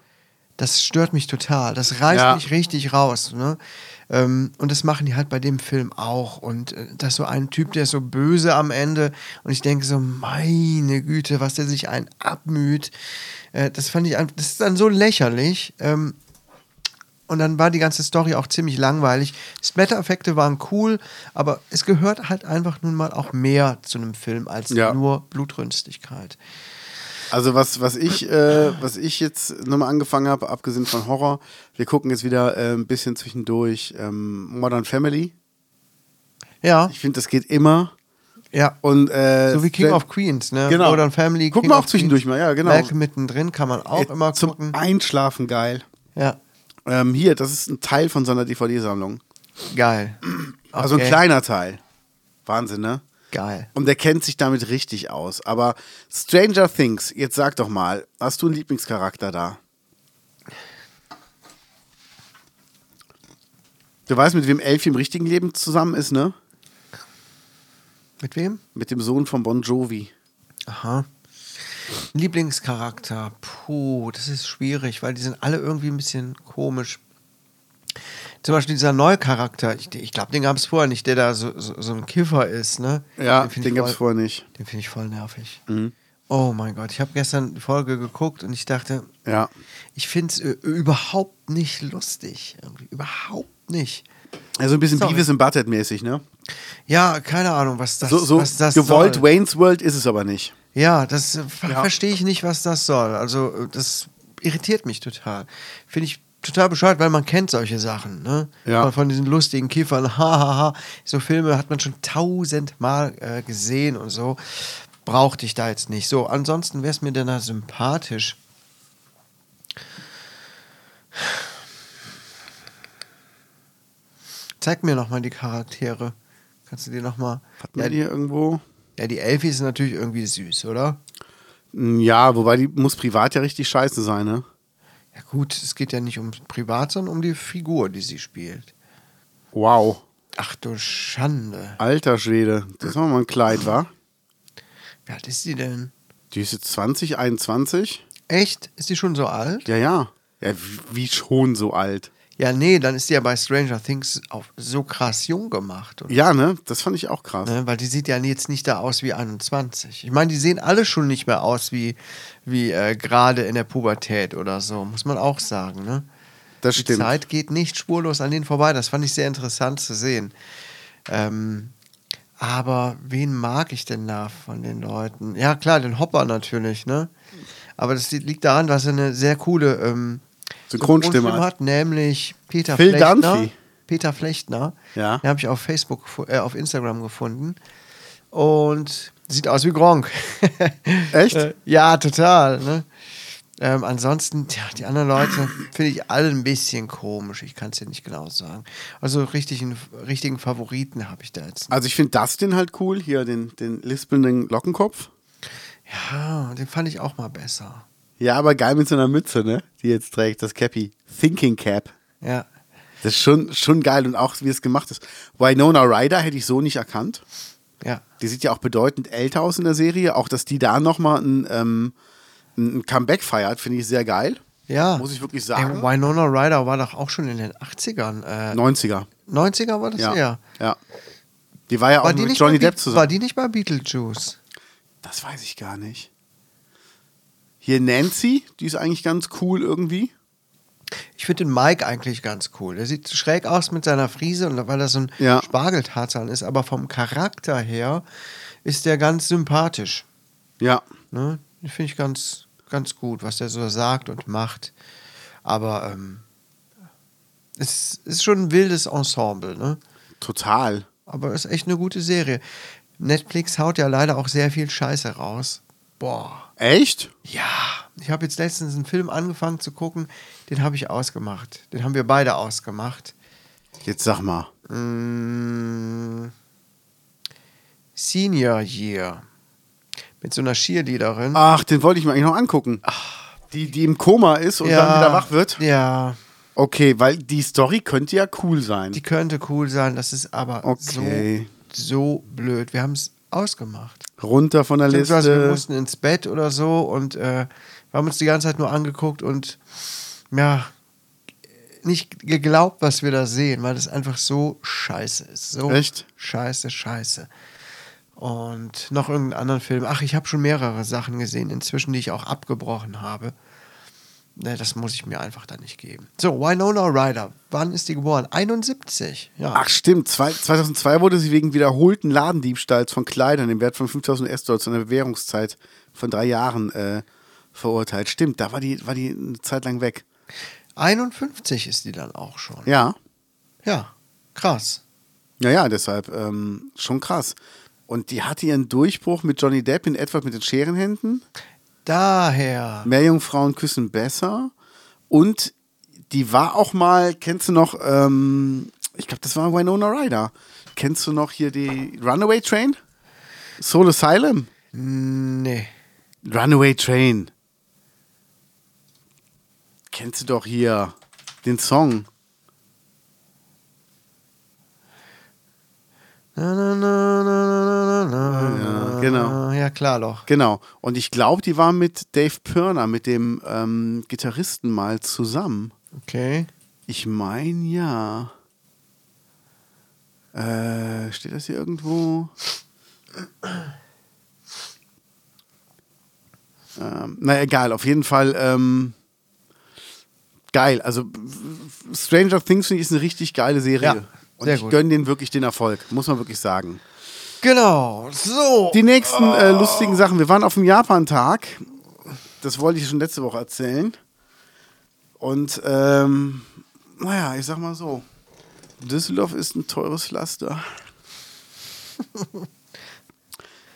Das stört mich total. Das reißt Ja. mich richtig raus. Ne? Ähm, und das machen die halt bei dem Film auch. Und äh, das ist so ein Typ, der ist so böse am Ende. Und ich denke so, meine Güte, was der sich einen abmüht. Äh, das fand ich, ein- das ist dann so lächerlich. Ähm, und dann war die ganze Story auch ziemlich langweilig. Splatter-Effekte waren cool, aber es gehört halt einfach nun mal auch mehr zu einem Film als Ja. nur Blutrünstigkeit. Also was, was ich, äh, was ich jetzt nochmal angefangen habe, abgesehen von Horror, wir gucken jetzt wieder äh, ein bisschen zwischendurch ähm, Modern Family. Ja, Ich finde, das geht immer. ja. Und, äh, So wie King wenn- of Queens, ne? Genau. Modern Family. Gucken King wir auch of zwischendurch Queens. mal, ja, genau. Malcolm mittendrin kann man auch äh, immer zum gucken. Einschlafen geil. Ja, Ähm, hier, das ist ein Teil von so einer DVD-Sammlung. geil. Also ein Okay. kleiner Teil. Wahnsinn, ne? Geil. Und der kennt sich damit richtig aus. Aber Stranger Things, jetzt sag doch mal, hast du einen Lieblingscharakter da? Du weißt, mit wem Elfie im richtigen Leben zusammen ist, ne? Mit wem? Mit dem Sohn von Bon Jovi. Aha. Lieblingscharakter, puh, das ist schwierig, weil die sind alle irgendwie ein bisschen komisch. Zum Beispiel dieser neue Charakter, ich, ich glaube, den gab es vorher nicht, der da so, so, so ein Kiffer ist, ne? Ja, find den, ich Mhm. gab es voll- vorher nicht. Den finde ich voll nervig. Oh mein Gott, ich habe gestern die Folge geguckt und ich dachte, Ja. ich finde es überhaupt nicht lustig. Irgendwie, überhaupt nicht. Also ein bisschen Sorry. Beavis und Butthead mäßig, ne? Ja, keine Ahnung, was das, So, so was das gewollt soll. Wayne's World ist es aber nicht. Ja, das äh, ver- verstehe ich nicht, was das soll. Also, äh, das irritiert mich total. Finde ich total bescheuert, weil man kennt solche Sachen, ne? Ja. Von, von diesen lustigen Kiffern, hahaha. so Filme hat man schon tausendmal äh, gesehen und so. Brauchte ich da jetzt nicht. So, ansonsten wäre es mir denn da sympathisch. Zeig mir nochmal die Charaktere. Kannst du dir nochmal. Hat man Ja, die irgendwo? ja, die Elfie ist natürlich irgendwie süß, oder? Hm, Ja, wobei die muss privat ja richtig scheiße sein, ne? Ja gut, es geht ja nicht um privat, sondern um die Figur, die sie spielt. Wow. Ach du Schande. Alter Schwede. Das war mal ein Kleid, wa? Wie alt ist sie denn? Die ist jetzt 20, 21? Echt? Ist sie schon so alt? Ja, ja. Ja, wie- wie schon so alt. Ja, nee, dann ist sie ja bei Stranger Things auf so krass jung gemacht. Oder? Ja, ne? Das fand ich auch krass. Ne? Weil die sieht ja jetzt nicht da aus wie 21. Ich meine, die sehen alle schon nicht mehr aus wie, wie äh, gerade in der Pubertät oder so, muss man auch sagen. Ne? Das die stimmt. Zeit geht nicht spurlos an denen vorbei. Das fand ich sehr interessant zu sehen. Ähm, aber wen mag ich denn da von den Leuten? Ja, klar, den Hopper natürlich, ne? Aber das li- liegt daran, dass er eine sehr coole ähm, Synchronstimme hat. hat, nämlich Peter Phil Flechtner. Dunphy. Peter Flechtner. Ja. Den habe ich auf Facebook, gefu- äh, auf Instagram gefunden. Und sieht aus wie Gronk. Echt? Äh, ja, total. Ne? Ähm, ansonsten, tja, die anderen Leute finde ich alle ein bisschen komisch. Ich kann es dir nicht genau sagen. Also richtigen, richtigen Favoriten habe ich da jetzt. Also ich finde Dustin halt cool, hier den, den lispelnden Lockenkopf. Ja, den fand ich auch mal besser. Ja, aber geil mit so einer Mütze, ne? Die jetzt trägt, das Cappy. Thinking Cap. Ja. Das ist schon, schon geil und auch wie es gemacht ist. Winona Ryder hätte ich so nicht erkannt. Ja. Die sieht ja auch bedeutend älter aus in der Serie. Auch, dass die da nochmal ein, ähm, ein ein Comeback feiert, finde ich sehr geil. Ja. Muss ich wirklich sagen. Ey, Winona Ryder war doch auch schon in den 80ern. Äh, 90er. 90er war das Ja. ja. ja. Die war ja War auch die, mit nicht Johnny bei Be- Depp zusammen. war die nicht bei Beetlejuice? Das weiß ich gar nicht. Hier Nancy, die ist eigentlich ganz cool irgendwie. Ich finde den Mike eigentlich ganz cool. Der sieht schräg aus mit seiner Friese und weil er so ein Ja. Spargeltarzan ist, aber vom Charakter her ist der ganz sympathisch. Ja. Ne? Den finde ich ganz, ganz gut, was der so sagt und macht. Aber ähm, es ist schon ein wildes Ensemble, ne? Total. Aber ist echt eine gute Serie. Netflix haut ja leider auch sehr viel Scheiße raus. Boah. Echt? Ja, ich habe jetzt letztens einen Film angefangen zu gucken, den habe ich ausgemacht. Den haben wir beide ausgemacht. Jetzt sag mal. Mm, Senior Year. Mit so einer Cheerleaderin. Ach, den wollte ich mir eigentlich noch angucken. Die, die im Koma ist und dann wieder wach wird. Ja, Okay, weil die Story könnte ja cool sein. die könnte cool sein, das ist aber Okay. so, so blöd. Wir haben es ausgemacht. Runter von der Beziehungsweise wir Liste. mussten ins Bett oder so und äh, wir haben uns die ganze Zeit nur angeguckt und ja, nicht geglaubt, was wir da sehen, weil das einfach so scheiße ist. So Echt? scheiße, scheiße. Und noch irgendeinen anderen Film. Ach, ich habe schon mehrere Sachen gesehen, inzwischen, die ich auch abgebrochen habe. Ne, das muss ich mir einfach dann nicht geben. So, Winona Ryder. Wann ist die geboren? 71. Ja. Ach stimmt, Zwei- 2002 wurde sie wegen wiederholten Ladendiebstahls von Kleidern im Wert von 5000 US-Dollar zu einer Bewährungszeit von drei Jahren äh, verurteilt. Stimmt, da war die, war die eine Zeit lang weg. 51 ist die dann auch schon. Ja, ja. Krass. ja, ja, deshalb ähm, schon krass. Und die hatte ihren Durchbruch mit Johnny Depp in Edward mit den Scherenhänden. Daher. Meerjungfrauen küssen besser. Und die war auch mal, kennst du noch, ähm, ich glaube, das war Winona Ryder. Kennst du noch hier die Runaway Train? Soul Asylum? Nee. Runaway Train. Kennst du doch hier den Song? Na, na, na, na, na, na, na, na. Genau. Ah, ja, klar doch. Genau. Und ich glaube, die war mit Dave Pirner, mit dem ähm, Gitarristen mal zusammen. Okay. Ich meine ja. Äh, steht das hier irgendwo? Ähm, na egal, auf jeden Fall ähm, geil. Also w- w- Stranger Things finde ich ist eine richtig geile Serie. Ja, Und sehr ich gut. gönne denen wirklich den Erfolg, muss man wirklich sagen. Genau, so. Die nächsten äh, lustigen Sachen. Wir waren auf dem Japan-Tag. Das wollte ich schon letzte Woche erzählen. Und ähm, naja, ich sag mal so: Düsseldorf ist ein teures Laster.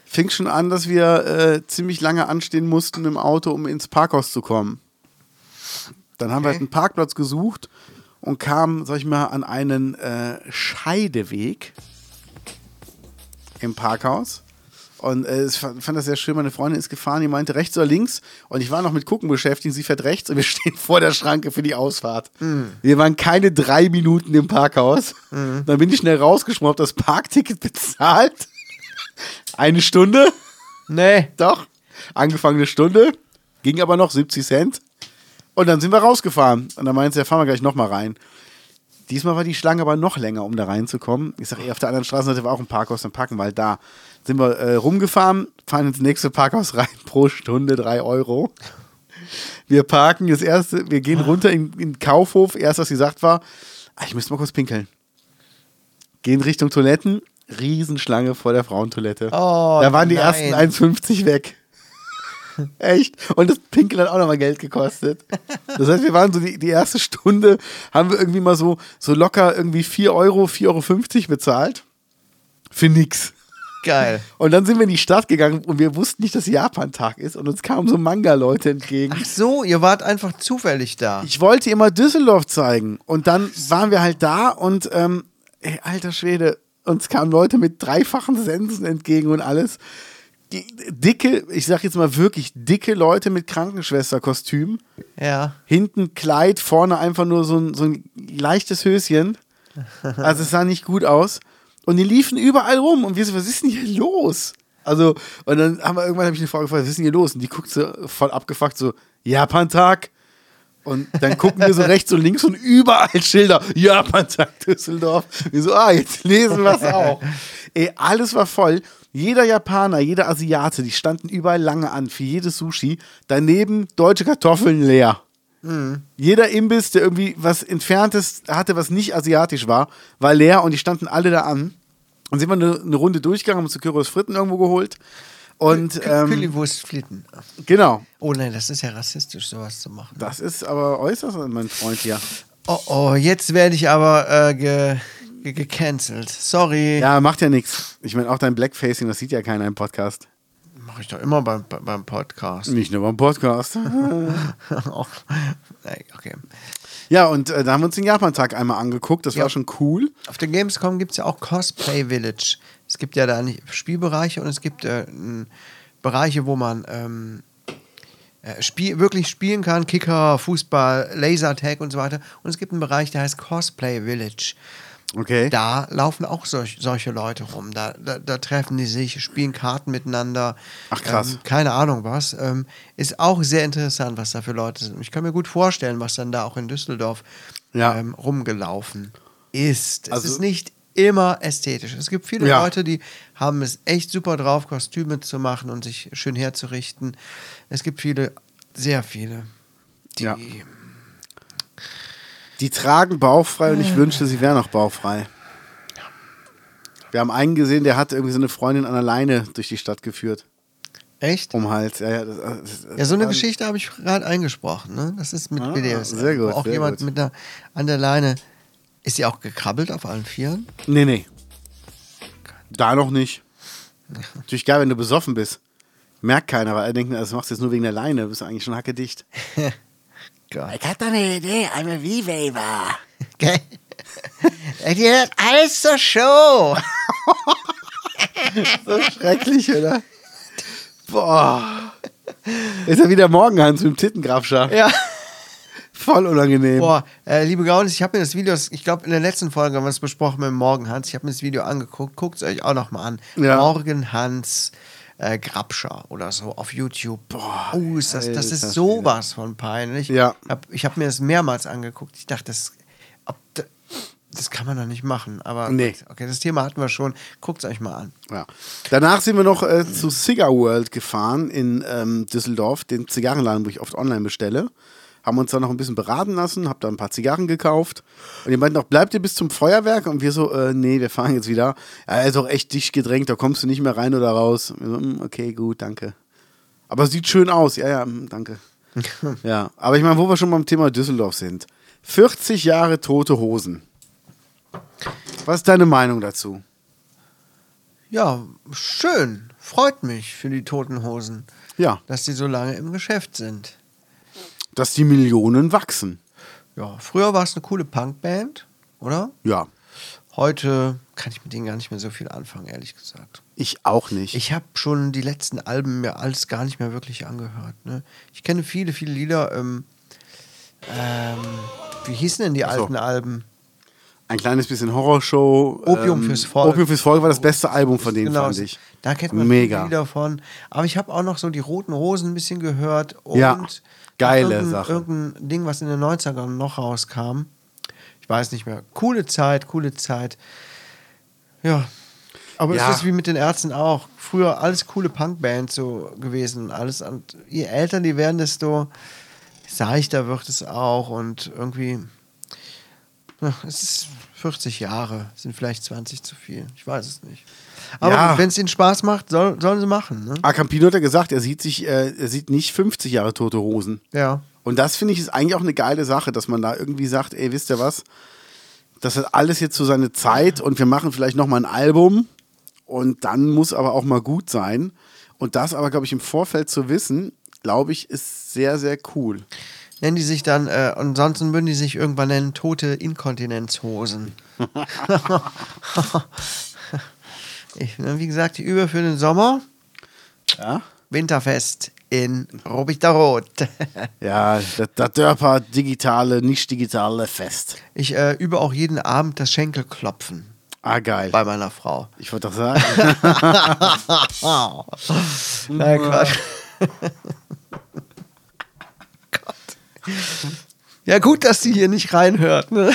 Fing schon an, dass wir äh, ziemlich lange anstehen mussten im Auto, um ins Parkhaus zu kommen. Dann haben wir Okay. halt einen Parkplatz gesucht und kamen, sag ich mal, an einen äh, Scheideweg im Parkhaus. Und äh, ich fand fand das sehr schön. Meine Freundin ist gefahren, die meinte rechts oder links. Und ich war noch mit Gucken beschäftigt. Sie fährt rechts und wir stehen vor der Schranke für die Ausfahrt. Wir waren keine drei Minuten im Parkhaus. Dann bin ich schnell rausgeschmort, das Parkticket bezahlt. Eine Stunde, Nee. doch. Angefangene Stunde. Ging aber noch 70 Cent. Und dann sind wir rausgefahren. Und dann meinte sie, ja, fahren wir gleich nochmal rein. Diesmal war die Schlange aber noch länger, um da reinzukommen. Ich sage, auf der anderen Straßenseite war auch ein Parkhaus, dann parken wir halt da. Sind wir äh, rumgefahren, fahren ins nächste Parkhaus rein, pro Stunde 3 Euro. Wir parken, das erste, wir gehen runter in, in den Kaufhof. Erst, was gesagt war, "Ah, ich müsste mal kurz pinkeln. Gehen Richtung Toiletten, Riesenschlange vor der Frauentoilette. Oh, da waren die nein. ersten 1,50 weg. Echt? Und das Pinkeln hat auch nochmal Geld gekostet. Das heißt, wir waren so die, die erste Stunde, haben wir irgendwie mal so, so locker irgendwie 4 Euro, 4,50 Euro bezahlt. Für nix. Geil. Und dann sind wir in die Stadt gegangen und wir wussten nicht, dass Japan-Tag ist und uns kamen so Manga-Leute entgegen. Ach so, ihr wart einfach zufällig da. Ich wollte ihr mal Düsseldorf zeigen. Und dann waren wir halt da und, ähm, ey, alter Schwede, uns kamen Leute mit dreifachen Sensen entgegen und alles. Die- Dicke, ich sag jetzt mal wirklich dicke Leute mit Krankenschwesterkostüm. Ja. Hinten Kleid, vorne einfach nur so ein, so ein leichtes Höschen. Also es sah nicht gut aus. Und die liefen überall rum. Und wir so, was ist denn hier los? Also, und dann haben wir irgendwann hab ich eine Frau gefragt, was ist denn hier los? Und die guckt so voll abgefuckt, so, Japan-Tag. Und dann gucken wir so rechts und links und überall Schilder. Japan-Tag Düsseldorf. Wir so, ah, jetzt lesen wir es auch. Ey, alles war voll. Jeder Japaner, jeder Asiate, die standen überall lange an für jedes Sushi. Daneben deutsche Kartoffeln leer. Jeder Imbiss, der irgendwie was Entferntes hatte, was nicht asiatisch war, war leer und die standen alle da an. Und sind wir eine, eine Runde durchgegangen, haben uns zu Kyros Fritten irgendwo geholt. Und ähm, Currywurst flitten. genau, Oh nein, das ist ja rassistisch, sowas zu machen. das ist aber äußerst mein Freund hier. Oh oh, jetzt werde ich aber äh, ge ge gecancelt. Sorry. Ja, macht ja nichts. Ich meine, auch dein Blackfacing, das sieht ja keiner im Podcast. Mache ich doch immer beim, beim Podcast. Nicht nur beim Podcast. Auch- Nein, okay. ja, und äh, da haben wir uns den Japan-Tag einmal angeguckt. Das Ja. war schon cool. Auf der Gamescom gibt es ja auch Cosplay Village. Es gibt ja da nicht Spielbereiche und es gibt äh, n- Bereiche, wo man ähm, äh, spiel wirklich spielen kann. Kicker, Fußball, Lasertag und so weiter. Und es gibt einen Bereich, der heißt Cosplay Village. Okay. Da laufen auch solch, solche Leute rum. Da, da, da treffen die sich, spielen Karten miteinander. Ach, krass. Ähm, keine Ahnung was. Ähm, ist auch sehr interessant, was da für Leute sind. Ich kann mir gut vorstellen, was dann da auch in Düsseldorf Ja. ähm, rumgelaufen ist. Also- es ist nicht immer ästhetisch. Es gibt viele Ja. Leute, die haben es echt super drauf, Kostüme zu machen und sich schön herzurichten. Es gibt viele, sehr viele, die Ja. Die tragen bauchfrei und ich wünschte, sie wären auch bauchfrei. Wir haben einen gesehen, der hat irgendwie so eine Freundin an der Leine durch die Stadt geführt. echt Um den Hals. Ja, ja, das, das, Ja, so eine ähm, Geschichte habe ich gerade eingesprochen. Ne? Das ist mit Ah, BDSM. sehr gut, Wo Auch sehr jemand gut. mit einer an der Leine. Ist sie auch gekrabbelt auf allen Vieren? Nee, nee. Da noch nicht. Natürlich geil, wenn du besoffen bist. Merkt keiner, weil er denkt, das machst du jetzt nur wegen der Leine. Bist du eigentlich schon hacke dicht. Geil. Ich hab da eine Idee, eine V-Waver. Die hört alles zur Show. So schrecklich, oder? Boah. Ist ja wieder morgen, Hans, mit dem Tittengrafschaft. Ja. Voll unangenehm. Boah, äh, liebe Gaunis, ich habe mir das Video, ich glaube in der letzten Folge haben wir es besprochen mit dem Morgenhans. Ich habe mir das Video angeguckt. Guckt es euch auch nochmal an. Ja. Morgenhans. äh, Grabscher oder so auf YouTube. Boah, oh, ist das, das ist sowas von peinlich. Ja. Hab, ich habe mir das mehrmals angeguckt. Ich dachte, das, ob, da- das kann man doch nicht machen. Aber Nee. gut, okay, das Thema hatten wir schon. Guckt es euch mal an. Ja. Danach sind wir noch äh, zu Cigar World gefahren in ähm, Düsseldorf, den Zigarrenladen, wo ich oft online bestelle. Haben uns da noch ein bisschen beraten lassen, hab da ein paar Zigarren gekauft. Und die meinten noch, bleibt ihr bis zum Feuerwerk? Und wir so, äh, nee, wir fahren jetzt wieder. Ja, ist auch echt dicht gedrängt, da kommst du nicht mehr rein oder raus. Und wir so, "Mm, okay, gut, danke. Aber sieht schön aus, ja, ja, mm, danke. ja, aber ich meine, wo wir schon beim Thema Düsseldorf sind. 40 Jahre tote Hosen. Was ist deine Meinung dazu? Ja, schön. Freut mich für die Toten Hosen, Ja. dass die so lange im Geschäft sind. dass die Millionen wachsen. Ja, früher war es eine coole Punkband, oder? Ja, Heute kann ich mit denen gar nicht mehr so viel anfangen, ehrlich gesagt. ich auch nicht. Ich habe schon die letzten Alben mir alles gar nicht mehr wirklich angehört. Ne? Ich kenne viele, viele Lieder. Ähm, ähm, wie hießen denn die so. alten Alben? ein kleines bisschen Horrorshow. ähm, Opium fürs Volk. Opium fürs Volk war das beste Album von denen, Genau, fand ich. Da kennt man Mega. viele Lieder von. Aber ich habe auch noch so die Roten Rosen ein bisschen gehört. Und Ja, noch geile irgendein, Sache. Irgendein Ding, was in den 90ern noch rauskam. Ich weiß nicht mehr. Coole Zeit, coole Zeit. Ja. Aber Ja. es ist wie mit den Ärzten auch. Früher alles coole Punkbands so gewesen. und Alles. Und je älter die werden, desto seichter wird es auch. Und irgendwie. Ja, es ist 40 Jahre, sind vielleicht 20 zu viel. Ich weiß es nicht. Aber Ja. wenn es ihnen Spaß macht, soll, sollen sie machen. Ne? Ah, Campino hat ja gesagt, er sieht sich, äh, er sieht nicht 50 Jahre tote Hosen. Ja. Und das finde ich ist eigentlich auch eine geile Sache, dass man da irgendwie sagt, ey, wisst ihr was? Das hat alles jetzt so seine Zeit und wir machen vielleicht noch mal ein Album und dann muss aber auch mal gut sein. Und das aber, glaube ich, im Vorfeld zu wissen, glaube ich, ist sehr, sehr cool. Nennen die sich dann, äh, ansonsten würden die sich irgendwann nennen, tote Inkontinenzhosen. ich, ne, wie gesagt, die über für den Sommer. Ja? Winterfest in Robichterrot. Ja, das, das Dörper digitale, nicht digitale Fest. Ich äh, übe auch jeden Abend das Schenkelklopfen Ah, geil. bei meiner Frau. Ich wollte doch sagen. Oh. Nein, Quatsch. Gott. Ja, gut, dass sie hier nicht reinhört. Ne?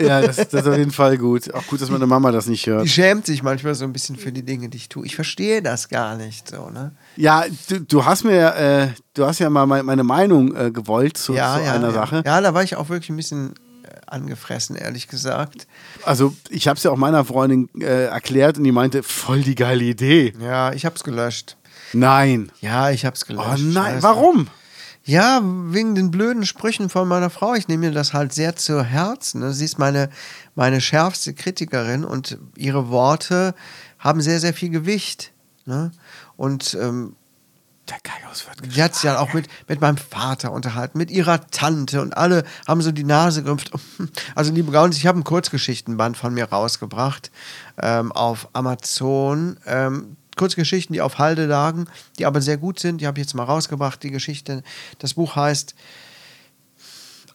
ja, das, das ist auf jeden Fall gut. Auch gut, dass meine Mama das nicht Die hört. schämt sich manchmal so ein bisschen für die Dinge, die ich tue. Ich verstehe das gar nicht so, ne? Ja, du, du hast mir, äh, du hast ja mal mein- meine Meinung äh, gewollt zu, ja, zu ja, einer ja. Sache. Ja, da war ich auch wirklich ein bisschen äh, angefressen, ehrlich gesagt. Also, ich habe es ja auch meiner Freundin äh, erklärt und die meinte, voll die geile Idee. Ja, ich hab's gelöscht. Nein. Ja, ich hab's gelöscht. Oh nein, Scheiße. warum? Ja, wegen den blöden Sprüchen von meiner Frau. Ich nehme mir das halt sehr zu Herzen. ne? Sie ist meine, meine schärfste Kritikerin und ihre Worte haben sehr, sehr viel Gewicht. Ne? Und ähm, Der Chaos wird sie hat sich ja auch mit, mit meinem Vater unterhalten, mit ihrer Tante und alle haben so die Nase gerümpft. Also, liebe Gauns, ich habe ein Kurzgeschichtenband von mir rausgebracht ähm, auf Amazon. Ähm, Kurzgeschichten, die auf Halde lagen, die aber sehr gut sind. Die habe ich jetzt mal rausgebracht, die Geschichte. Das Buch heißt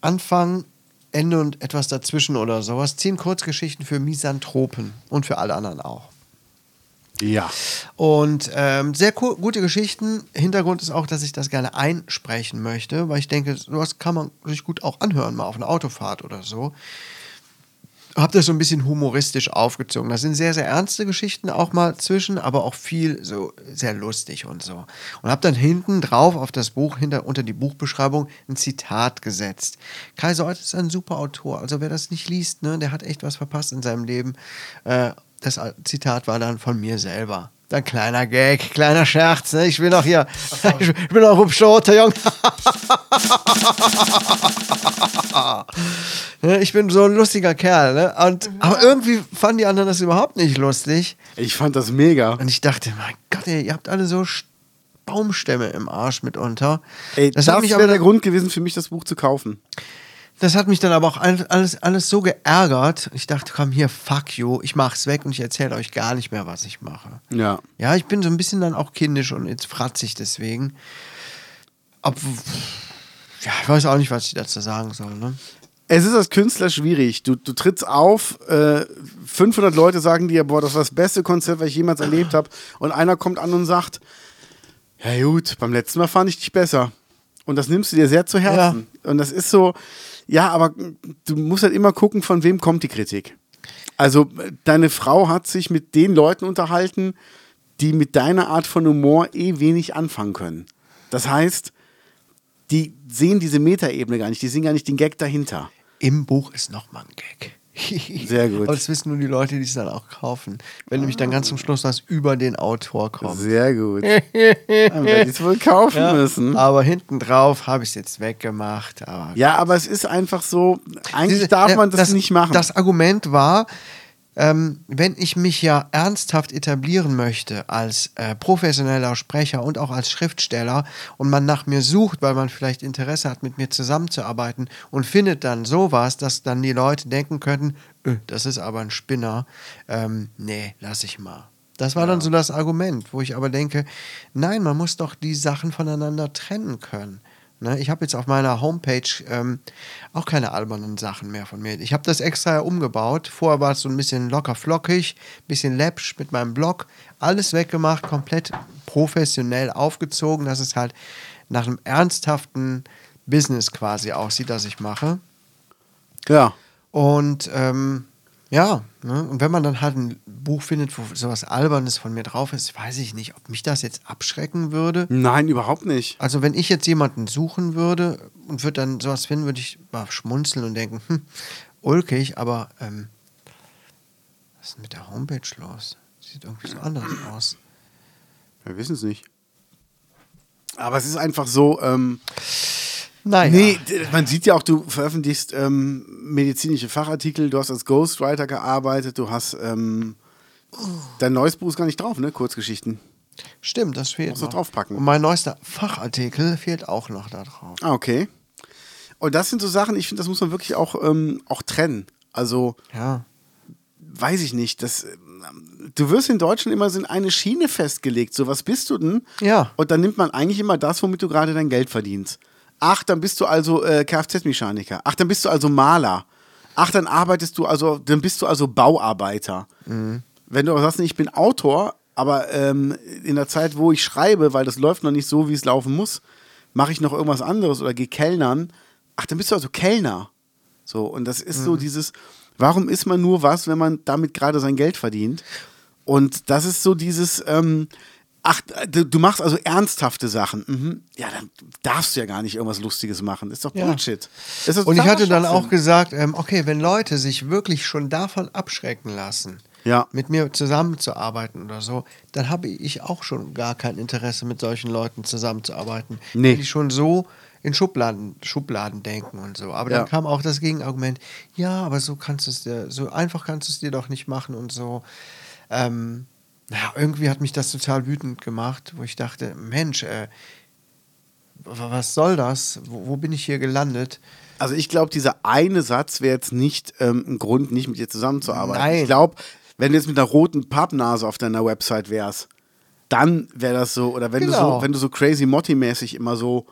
Anfang, Ende und etwas dazwischen oder sowas. Zehn Kurzgeschichten für Misanthropen und für alle anderen auch. Ja. Und ähm, sehr co- gute Geschichten. Hintergrund ist auch, dass ich das gerne einsprechen möchte, weil ich denke, sowas kann man sich gut auch anhören, mal auf einer Autofahrt oder so. Hab das so ein bisschen humoristisch aufgezogen. Da sind sehr, sehr ernste Geschichten auch mal zwischen, aber auch viel so sehr lustig und so. Und hab dann hinten drauf auf das Buch, hinter, unter die Buchbeschreibung, ein Zitat gesetzt. Kai Seutz ist ein super Autor. Also wer das nicht liest, ne, der hat echt was verpasst in seinem Leben. Äh, das Zitat war dann von mir selber. Dann kleiner Gag, kleiner Scherz. Ne? Ich bin noch hier. Ich bin noch Rupschoter, Junge. Ne, Ich bin so ein lustiger Kerl. Ne? Und, aber irgendwie fanden die anderen das überhaupt nicht lustig. Ich fand das mega. Und ich dachte, mein Gott, ey, ihr habt alle so Sch- Baumstämme im Arsch mitunter. Ey, das hat mich wäre aber- der Grund gewesen, für mich das Buch zu kaufen. das hat mich dann aber auch all- alles, alles so geärgert. Ich dachte, komm hier, fuck you, ich mach's weg und ich erzähle euch gar nicht mehr, was ich mache. Ja. Ja, ich bin so ein bisschen dann auch kindisch und jetzt fratzig deswegen. Ob, ja, ich weiß auch nicht, was ich dazu sagen soll. Ne? Es ist als Künstler schwierig. Du, du trittst auf, äh, 500 Leute sagen dir, boah, das war das beste Konzert, was ich jemals erlebt habe. Und einer kommt an und sagt, ja gut, beim letzten Mal fand ich dich besser. Und das nimmst du dir sehr zu Herzen. Und das ist so, ja, aber du musst halt immer gucken, von wem kommt die Kritik. Also deine Frau hat sich mit den Leuten unterhalten, die mit deiner Art von Humor eh wenig anfangen können. Das heißt, die sehen diese Metaebene gar nicht, die sehen gar nicht den Gag dahinter. Im Buch ist nochmal ein Gag. Sehr gut. Aber das wissen nur die Leute, die es dann auch kaufen. Wenn nämlich dann ganz zum Schluss was über den Autor kommt. Sehr gut. Dann werde ich es wohl kaufen müssen. Aber hinten drauf habe ich es jetzt weggemacht. Aber Ja, aber es ist einfach so, eigentlich Diese- darf ja, man das, nicht machen. Das Argument war, ähm, wenn ich mich ja ernsthaft etablieren möchte als äh, professioneller Sprecher und auch als Schriftsteller und man nach mir sucht, weil man vielleicht Interesse hat, mit mir zusammenzuarbeiten und findet dann sowas, dass dann die Leute denken könnten, "Ö, das ist aber ein Spinner, ähm, nee, lass ich mal. Das war dann so das Argument, wo ich aber denke, nein, man muss doch die Sachen voneinander trennen können. Ne, ich habe jetzt auf meiner Homepage ähm, auch keine albernen Sachen mehr von mir. Ich habe das extra umgebaut. Vorher war es so ein bisschen locker flockig, bisschen läppsch mit meinem Blog. Alles weggemacht, komplett professionell aufgezogen, dass es halt nach einem ernsthaften Business quasi aussieht, das ich mache. ja. Und ähm, ja, ne? und wenn man dann halt ein Buch findet, wo sowas Albernes von mir drauf ist, weiß ich nicht, ob mich das jetzt abschrecken würde. Nein, überhaupt nicht. Also wenn ich jetzt jemanden suchen würde und würde dann sowas finden, würde ich mal schmunzeln und denken, hm, ulkig, aber ähm, was ist denn mit der Homepage los? Sieht irgendwie so anders aus. Wir wissen es nicht. Aber es ist einfach so, ähm, Naja. nee, d- man sieht ja auch, du veröffentlichst ähm, medizinische Fachartikel, du hast als Ghostwriter gearbeitet, du hast, ähm, dein neues Buch ist gar nicht drauf, ne, Kurzgeschichten. Stimmt, das fehlt Musst du noch. draufpacken. Und mein neuester Fachartikel fehlt auch noch da drauf. Ah, okay. Und das sind so Sachen, ich finde, das muss man wirklich auch, ähm, auch trennen. Also, Ja. weiß ich nicht, das, ähm, du wirst in Deutschland immer so in eine Schiene festgelegt. So, was bist du denn? Ja. Und dann nimmt man eigentlich immer das, womit du gerade dein Geld verdienst. Ach, dann bist du also äh, Kfz-Mechaniker. Ach, dann bist du also Maler. Ach, dann arbeitest du also, dann bist du also Bauarbeiter. Wenn du aber sagst, nee, ich bin Autor, aber ähm, in der Zeit, wo ich schreibe, weil das läuft noch nicht so, wie es laufen muss, mache ich noch irgendwas anderes oder gehe Kellnern. Ach, dann bist du also Kellner. So, und das ist Mhm. so dieses, warum ist man nur was, wenn man damit gerade sein Geld verdient? Und das ist so dieses, ähm, ach, du, du machst also ernsthafte Sachen. Mhm. Ja, dann darfst du ja gar nicht irgendwas Lustiges machen. Ist doch Ja. Bullshit. Ist doch Und ich hatte dann Schwachsinn. auch gesagt, ähm, okay, wenn Leute sich wirklich schon davon abschrecken lassen, Ja. mit mir zusammenzuarbeiten oder so, dann habe ich auch schon gar kein Interesse, mit solchen Leuten zusammenzuarbeiten, Nee. die schon so in Schubladen, Schubladen denken und so. Aber Ja. dann kam auch das Gegenargument, ja, aber so kannst du es dir, so einfach kannst du es dir doch nicht machen und so. Ähm, naja, irgendwie hat mich das total wütend gemacht, wo ich dachte, Mensch, äh, wa- was soll das? Wo, wo bin ich hier gelandet? Also ich glaube, dieser eine Satz wäre jetzt nicht ähm, ein Grund, nicht mit dir zusammenzuarbeiten. Nein. Ich glaube, wenn du jetzt mit einer roten Pappnase auf deiner Website wärst, dann wäre das so. Oder wenn du Genau. so, wenn du so crazy Motti-mäßig immer so,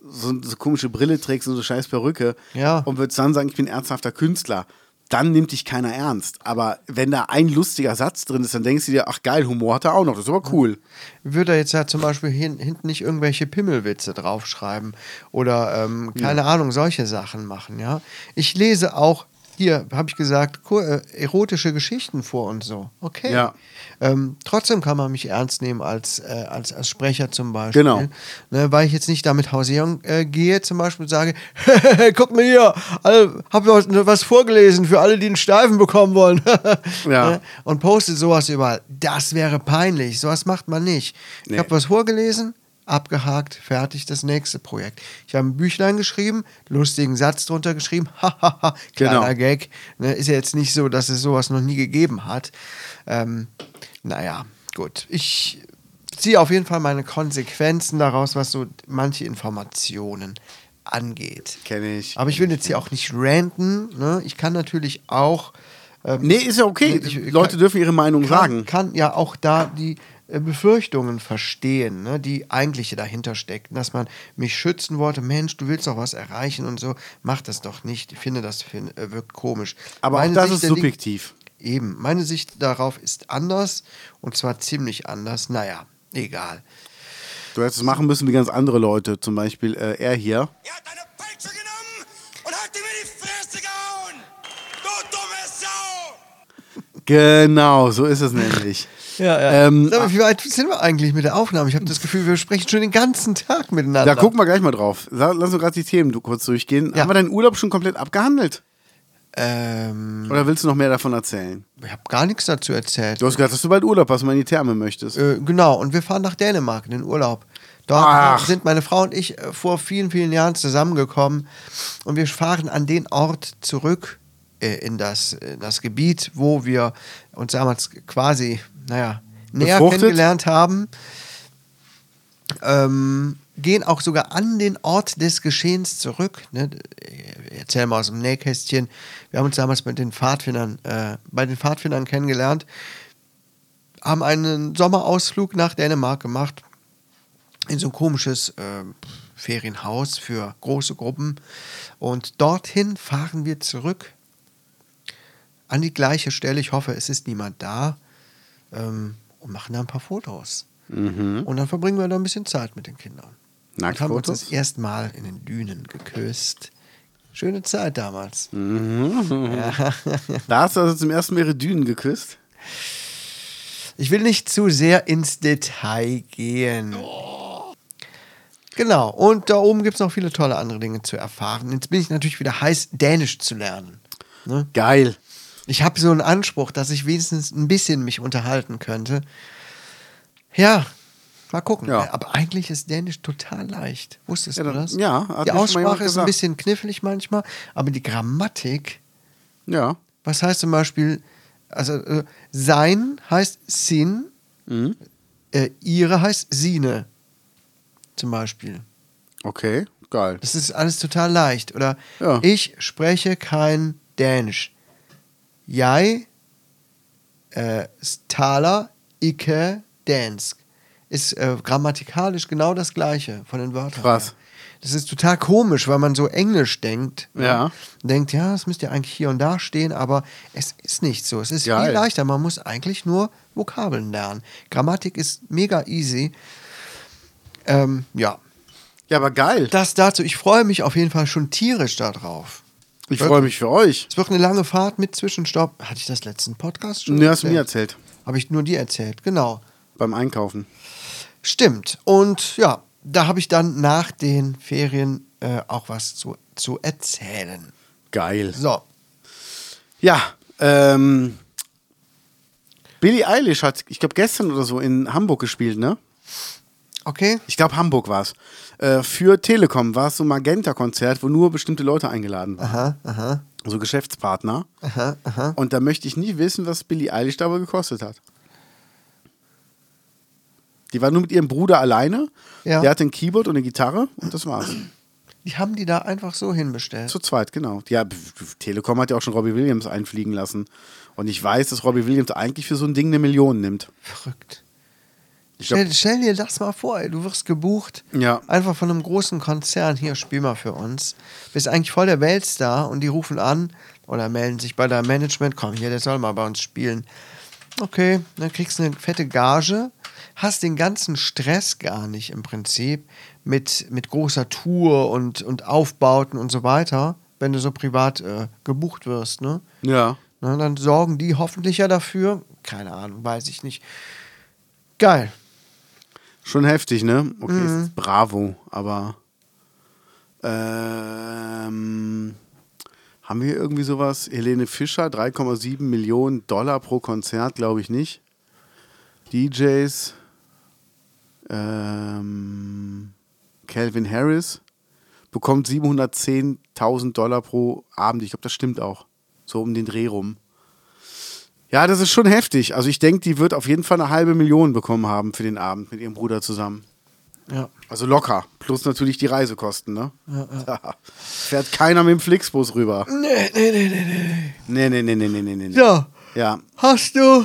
so so komische Brille trägst und so scheiß Perücke Ja. und würdest dann sagen, ich bin ernsthafter Künstler, dann nimmt dich keiner ernst. Aber wenn da ein lustiger Satz drin ist, dann denkst du dir, ach geil, Humor hat er auch noch, das ist aber cool. würde er jetzt ja zum Beispiel hin, hinten nicht irgendwelche Pimmelwitze draufschreiben oder ähm, keine Ahnung, solche Sachen machen, ja. Ich lese auch, hier habe ich gesagt, ko- äh, erotische Geschichten vor und so. Okay. Ja. Ähm, trotzdem kann man mich ernst nehmen als, äh, als, als Sprecher zum Beispiel. Genau. Ne, weil ich jetzt nicht damit hausieren äh, gehe, zum Beispiel und sage, guck mal hier, alle, hab noch was vorgelesen für alle, die einen Steifen bekommen wollen. Ja. Ne? und postet sowas überall. Das wäre peinlich. Sowas macht man nicht. Nee. Ich habe was vorgelesen, abgehakt, fertig, das nächste Projekt. Ich habe ein Büchlein geschrieben, lustigen Satz drunter geschrieben, hahaha, kleiner Genau. Gag. Ne, ist ja jetzt nicht so, dass es sowas noch nie gegeben hat. Ähm, naja, gut. Ich ziehe auf jeden Fall meine Konsequenzen daraus, was so manche Informationen angeht. Kenn ich. Aber ich will jetzt hier auch nicht ranten. Ne? Ich kann natürlich auch Ähm, Nee, ist ja okay. Nee, ich- Leute kann- dürfen ihre Meinung sagen. kann ja auch da die äh, Befürchtungen verstehen, ne, die eigentliche dahinter steckten, dass man mich schützen wollte, Mensch, du willst doch was erreichen und so, mach das doch nicht. Ich finde, das fin- äh, wirkt komisch. Aber auch Meine das Sicht ist der Dinge- subjektiv. Eben, meine Sicht darauf ist anders und zwar ziemlich anders. Naja, egal. Du hättest es machen müssen wie ganz andere Leute, zum Beispiel äh, er hier. Er hat eine Peitsche genommen und hat ihm in die Fresse gehauen! Du dumme Sau! Genau, so ist es nämlich. Ähm, Sag mal, wie weit sind wir eigentlich mit der Aufnahme? Ich habe das Gefühl, wir sprechen schon den ganzen Tag miteinander. da gucken wir gleich mal drauf. Sa- Lass uns gerade die Themen du- kurz durchgehen. Ja. Haben wir deinen Urlaub schon komplett abgehandelt? Ähm, Oder willst du noch mehr davon erzählen? ich habe gar nichts dazu erzählt. Du hast gesagt, dass du bald Urlaub hast und mal in die Therme möchtest. Äh, genau, und wir fahren nach Dänemark in den Urlaub. Dort Ach. sind meine Frau und ich äh, vor vielen, vielen Jahren zusammengekommen und wir fahren an den Ort zurück äh, in das, in das Gebiet, wo wir uns damals quasi, naja, näher Befruchtet? kennengelernt haben. Ähm, gehen auch sogar an den Ort des Geschehens zurück. Ne? Ich Erzähl mal aus dem Nähkästchen. Wir haben uns damals mit den Pfadfindern, äh, bei den Pfadfindern kennengelernt haben einen Sommerausflug nach Dänemark gemacht. In so ein komisches ähm, Ferienhaus für große Gruppen. Und dorthin fahren wir zurück. An die gleiche Stelle. Ich hoffe, es ist niemand da. Ähm, und machen da ein paar Fotos. Und dann verbringen wir da ein bisschen Zeit mit den Kindern. Und haben uns Nacktfotos? das erste Mal in den Dünen geküsst. Schöne Zeit damals. Da hast du also zum ersten Mal ihre Dünen geküsst. Ich will nicht zu sehr ins Detail gehen. Genau, und da oben gibt es noch viele tolle andere Dinge zu erfahren. Jetzt bin ich natürlich wieder heiß, Dänisch zu lernen. Ne? Geil. Ich habe so einen Anspruch, dass ich wenigstens ein bisschen mich unterhalten könnte. Ja, mal gucken. Ja. Aber eigentlich ist Dänisch total leicht. Wusstest Ja, du dann- das? ja, hat Die mir schon mal jemand Aussprache ist ein gesagt. bisschen knifflig manchmal, aber die Grammatik, Ja. was heißt zum Beispiel, also äh, sein heißt sin, äh, ihre heißt sine, zum Beispiel. Okay, geil. Das ist alles total leicht. Oder Ja. ich spreche kein Dänisch. Jeg äh, staler ikke dansk. Ist äh, grammatikalisch genau das gleiche von den Wörtern. Krass. her. Das ist total komisch, weil man so englisch denkt. Ja. Denkt, ja, es müsste ja eigentlich hier und da stehen, aber es ist nicht so. Es ist Geil. viel leichter. Man muss eigentlich nur Vokabeln lernen. Grammatik ist mega easy. Ähm, ja, Ja, aber geil. das dazu. Ich freue mich auf jeden Fall schon tierisch darauf. Ich freue mich für euch. Es wird eine lange Fahrt mit Zwischenstopp. Hatte ich das letzten Podcast schon? Du hast du mir erzählt. Habe ich nur dir erzählt, genau. Beim Einkaufen. Stimmt. Und ja, da habe ich dann nach den Ferien äh, auch was zu, zu erzählen. Geil. So, Ja, ähm. Billie Eilish hat, ich glaube, gestern oder so in Hamburg gespielt, ne? okay. Ich glaube, Hamburg war es. Äh, für Telekom war es so ein Magenta-Konzert, wo nur bestimmte Leute eingeladen waren. Aha, aha, So Geschäftspartner. aha, aha. Und da möchte ich nie wissen, was Billie Eilish dabei gekostet hat. Die war nur mit ihrem Bruder alleine. Ja. Der hatte ein Keyboard und eine Gitarre und das war's. Die haben die da einfach so hinbestellt. Zu zweit, genau. Ja, p- p- Telekom hat ja auch schon Robbie Williams einfliegen lassen. Und ich weiß, dass Robbie Williams eigentlich für so ein Ding eine Million nimmt. Verrückt. Ich glaub, Stell, stell dir das mal vor, ey. du wirst gebucht. Ja. Einfach von einem großen Konzern. Hier, spiel mal für uns. Bist eigentlich voll der Weltstar und die rufen an oder melden sich bei deinem Management. Komm, hier, der soll mal bei uns spielen. Okay, dann kriegst du eine fette Gage. Hast den ganzen Stress gar nicht im Prinzip mit, mit großer Tour und, und Aufbauten und so weiter, wenn du so privat äh, gebucht wirst, ne? ja. Na, dann sorgen die hoffentlich ja dafür. Keine Ahnung, weiß ich nicht. Geil. Schon heftig, ne? Okay, es ist Bravo, aber ähm, haben wir irgendwie sowas? Helene Fischer, 3,7 Millionen Dollar pro Konzert, glaube ich nicht. DJs, ähm, Calvin Harris bekommt 710.000 Dollar pro Abend. Ich glaube, das stimmt auch. So um den Dreh rum. Ja, das ist schon heftig. Also ich denke, die wird auf jeden Fall eine halbe Million bekommen haben für den Abend mit ihrem Bruder zusammen. Ja. Also locker. Plus natürlich die Reisekosten, ne? Fährt keiner mit dem Flixbus rüber. Nee, nee, nee, nee, nee. Nee, nee, nee, nee, nee, nee. nee. Äh. Ja, Ja. hast du.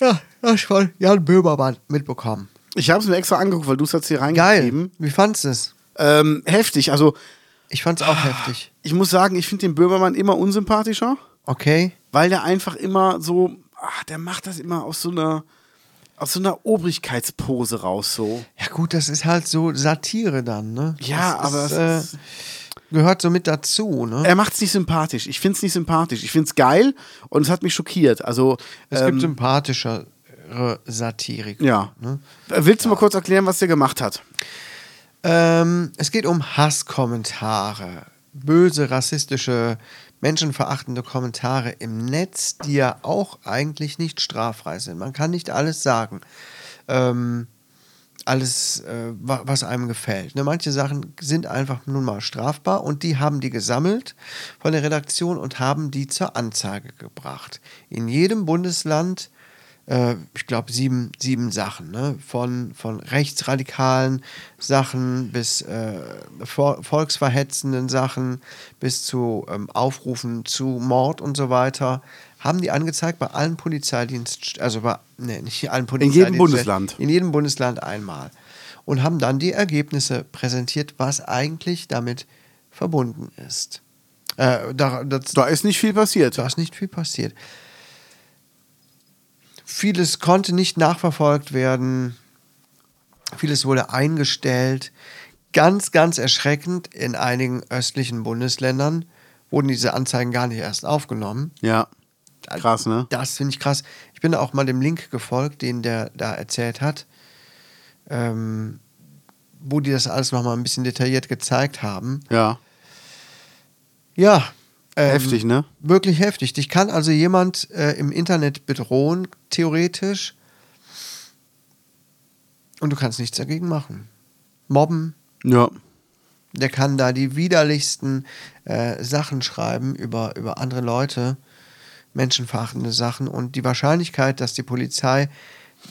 Ja, hast du von Jan Böhmermann mitbekommen. Ich habe es mir extra angeguckt, weil du es hast hier Geil. reingeschrieben. Wie fandst du es? Ähm, heftig. Also, Ich fand's auch heftig. ich muss sagen, ich finde den Böhmermann immer unsympathischer, Okay. weil der einfach immer so, ach, der macht das immer aus so einer, aus so einer Obrigkeitspose raus, so. Ja, gut, das ist halt so Satire dann, ne? Ja, das aber ist, es äh, gehört so mit dazu, ne? Er macht es nicht sympathisch. Ich finde es nicht sympathisch. Ich finde es geil und es hat mich schockiert. Also, es ähm, gibt sympathischere Satirik. ja. Ne? Willst du mal kurz erklären, was der gemacht hat? Ähm, es geht um Hasskommentare. Böse, rassistische, menschenverachtende Kommentare im Netz, die ja auch eigentlich nicht straffrei sind. Man kann nicht alles sagen. Ähm, alles, äh, wa- was einem gefällt. Ne? Manche Sachen sind einfach nun mal strafbar und die haben die gesammelt von der Redaktion und haben die zur Anzeige gebracht. In jedem Bundesland, äh, ich glaube, sieben, sieben Sachen, ne? von, von rechtsradikalen Sachen bis äh, vor, volksverhetzenden Sachen bis zu ähm, Aufrufen zu Mord und so weiter. Haben die angezeigt bei allen Polizeidienst, also bei, nee, nicht allen Polizeidiensten. Bundesland. In jedem Bundesland einmal. Und haben dann die Ergebnisse präsentiert, was eigentlich damit verbunden ist. Äh, da, das, Da ist nicht viel passiert. da ist nicht viel passiert. Vieles konnte nicht nachverfolgt werden. Vieles wurde eingestellt. Ganz, ganz erschreckend, in einigen östlichen Bundesländern wurden diese Anzeigen gar nicht erst aufgenommen. Ja. Krass, ne? Das finde ich krass. Ich bin da auch mal dem Link gefolgt, den der da erzählt hat, ähm, wo die das alles nochmal ein bisschen detailliert gezeigt haben. Ja. Ja. ähm, Heftig, ne? Wirklich heftig. Dich kann also jemand äh, im Internet bedrohen, theoretisch. Und du kannst nichts dagegen machen. Mobben, Ja. der kann da die widerlichsten äh, Sachen schreiben über, über andere Leute, menschenverachtende Sachen. Und die Wahrscheinlichkeit, dass die Polizei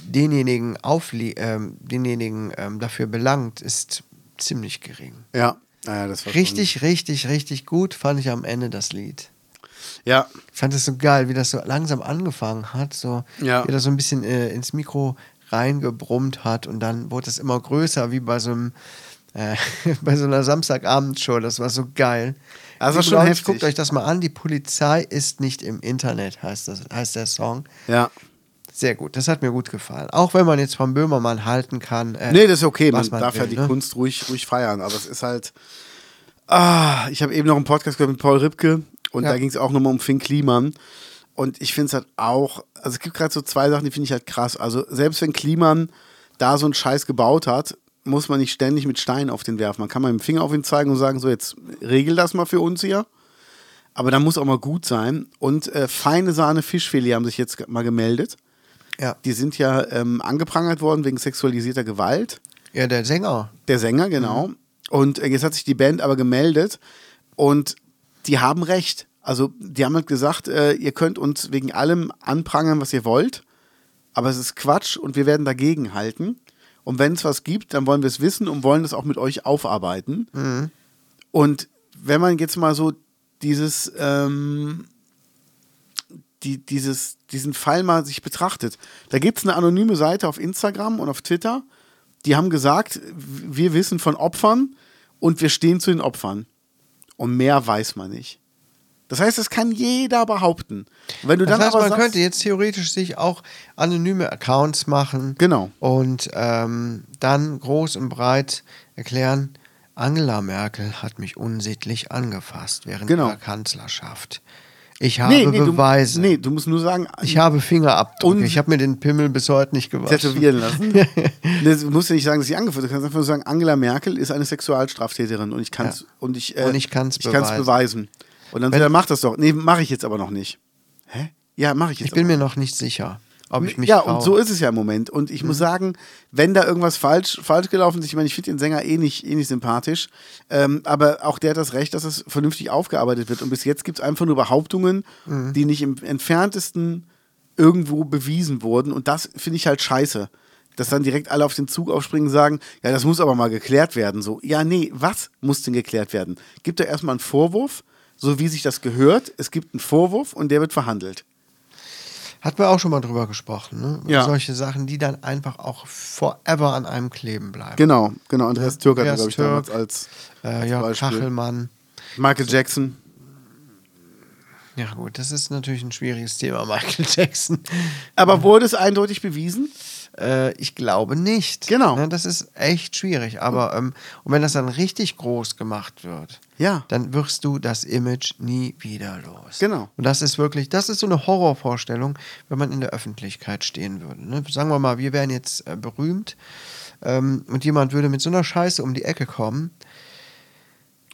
denjenigen, auflie ähm, denjenigen ähm, dafür belangt, ist ziemlich gering. Ja. Naja, das war schon- Richtig, richtig, richtig gut fand ich am Ende das Lied. Ja. Ich fand es so geil, wie das so langsam angefangen hat, so Ja. wie das so ein bisschen äh, ins Mikro reingebrummt hat und dann wurde es immer größer, wie bei so einem äh, bei so einer Samstagabendshow. Das war so geil. Das war Liebe schon Leute, heftig. Guckt euch das mal an. Die Polizei ist nicht im Internet, heißt das, heißt der Song. Ja. Sehr gut, das hat mir gut gefallen. Auch wenn man jetzt vom Böhmermann halten kann. Äh, Nee, das ist okay. Man, was darf ja will, die ne? Kunst ruhig, ruhig feiern. Aber es ist halt. Ah, ich habe eben noch einen Podcast gehört mit Paul Ripke und Ja. da ging es auch nochmal um Finn Kliman. Und ich finde es halt auch, also es gibt gerade so zwei Sachen, die finde ich halt krass. Also selbst wenn Kliman da so einen Scheiß gebaut hat, muss man nicht ständig mit Steinen auf den werfen. Man kann mal mit dem Finger auf ihn zeigen und sagen, so jetzt regel das mal für uns hier. Aber da muss auch mal gut sein. Und äh, feine Sahne Fischfilet haben sich jetzt mal gemeldet. Ja. Die sind ja ähm, angeprangert worden wegen sexualisierter Gewalt. ja, der Sänger. Der Sänger, genau. Und äh, jetzt hat sich die Band aber gemeldet und die haben recht. Also die haben halt gesagt, äh, ihr könnt uns wegen allem anprangern, was ihr wollt, aber es ist Quatsch und wir werden dagegen halten. Und wenn es was gibt, dann wollen wir es wissen und wollen es auch mit euch aufarbeiten. Mhm. Und wenn man jetzt mal so dieses, ähm, die, dieses, diesen Fall mal sich betrachtet, da gibt es eine anonyme Seite auf Instagram und auf Twitter, die haben gesagt, wir wissen von Opfern und wir stehen zu den Opfern. Und mehr weiß man nicht. Das heißt, das kann jeder behaupten. Und Wenn du Das dann heißt, aber man sagst, könnte jetzt theoretisch sich auch anonyme Accounts machen. Genau. Und ähm, dann groß und breit erklären, Angela Merkel hat mich unsittlich angefasst während Genau. ihrer Kanzlerschaft. Ich habe Beweise. Du, nee, du musst nur sagen, Ich habe Fingerabdrücke. Und- ich habe mir den Pimmel bis heute nicht gewaschen. tätowieren lassen. das, du musst ja nicht sagen, dass sie angeführt hat. Du kannst einfach nur sagen, Angela Merkel ist eine Sexualstraftäterin und ich kann es Ja. und ich, äh, Und ich kann's kann's beweisen. Und dann, so, dann mach das doch. Nee, mache ich jetzt aber noch nicht. Hä? Ja, mache ich jetzt. Ich bin aber. mir noch nicht sicher, ob ich mich ja, traue. Mhm. und so ist es ja im Moment. Und ich muss sagen, wenn da irgendwas falsch, falsch gelaufen ist, ich meine, ich finde den Sänger eh nicht, eh nicht sympathisch, ähm, aber auch der hat das Recht, dass es vernünftig aufgearbeitet wird. Und bis jetzt gibt es einfach nur Behauptungen, Mhm. die nicht im entferntesten irgendwo bewiesen wurden. Und das finde ich halt scheiße. dass dann direkt alle auf den Zug aufspringen und sagen, ja, das muss aber mal geklärt werden. So, ja, nee, was muss denn geklärt werden? Gibt da erstmal einen Vorwurf, so wie sich das gehört. Es gibt einen Vorwurf und der wird verhandelt. Hat wir auch schon mal drüber gesprochen, ne? Über Ja. Solche Sachen, die dann einfach auch forever an einem kleben bleiben. Genau, genau. Andreas Türk hat, Andreas glaube ich, Türk, damals als, Äh, als Jörg Beispiel. Kachelmann. Michael Jackson. Ja, gut, das ist natürlich ein schwieriges Thema, Michael Jackson. Aber wurde es eindeutig bewiesen? Äh, ich glaube nicht. Genau. Ne, das ist echt schwierig. Aber ähm, und wenn das dann richtig groß gemacht wird, Ja. dann wirst du das Image nie wieder los. Genau. Und das ist wirklich, das ist so eine Horrorvorstellung, wenn man in der Öffentlichkeit stehen würde. Ne? Sagen wir mal, wir wären jetzt äh, berühmt ähm, und jemand würde mit so einer Scheiße um die Ecke kommen.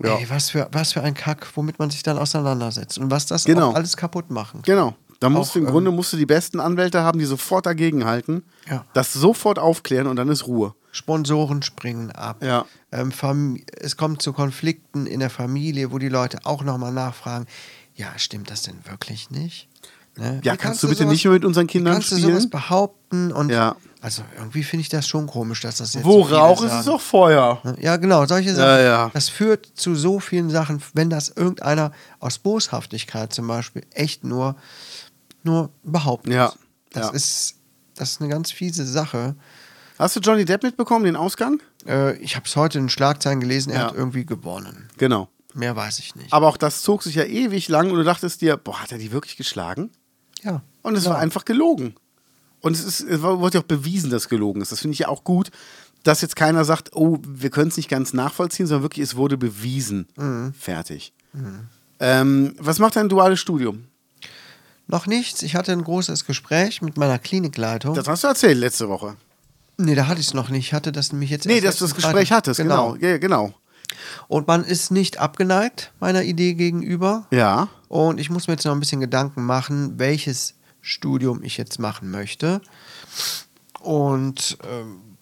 Ja. Ey, was für, was für ein Kack, womit man sich dann auseinandersetzt und was das Genau. auch alles kaputt machen. Genau. Da musst Auch, äh, du im Grunde musst du die besten Anwälte haben, die sofort dagegenhalten, Ja. das sofort aufklären und dann ist Ruhe. Sponsoren springen ab. Ja. Ähm, Fam- es kommt zu Konflikten in der Familie, wo die Leute auch nochmal nachfragen, ja, stimmt das denn wirklich nicht? Ne? Wie Ja, kannst du bitte nicht mehr mit unseren Kindern wie kannst spielen? du sowas behaupten? Und Ja. Also irgendwie finde ich das schon komisch, dass das jetzt Wo viele Rauch ist, sagen. ist auch Feuer. Ne? Ja, genau, solche Sachen. ja. Das führt zu so vielen Sachen, wenn das irgendeiner aus Boshaftigkeit zum Beispiel echt nur, nur behauptet. Ja, Das, ja. Ist, das ist eine ganz fiese Sache. Hast du Johnny Depp mitbekommen, den Ausgang? Äh, ich habe es heute in Schlagzeilen gelesen, er Ja. Ah. hat irgendwie gewonnen. Genau. Mehr weiß ich nicht. Aber auch das zog sich ja ewig lang und du dachtest dir, boah, hat er die wirklich geschlagen? ja. Und es war einfach gelogen. Und es, ist, es war- wurde ja auch bewiesen, dass gelogen ist. Das finde ich ja auch gut, dass jetzt keiner sagt, oh, wir können es nicht ganz nachvollziehen, sondern wirklich, es wurde bewiesen. Fertig. Ähm, was macht dein duales Studium? Noch nichts. Ich hatte ein großes Gespräch mit meiner Klinikleitung. Das hast du erzählt letzte Woche. nee, da hatte ich es noch nicht. Ich hatte das nämlich jetzt Nee, erst dass du das letzten Gespräch Freitag. hattest, genau. Ja, genau. Und man ist nicht abgeneigt meiner Idee gegenüber. Ja. Und ich muss mir jetzt noch ein bisschen Gedanken machen, welches Studium ich jetzt machen möchte. Und ähm,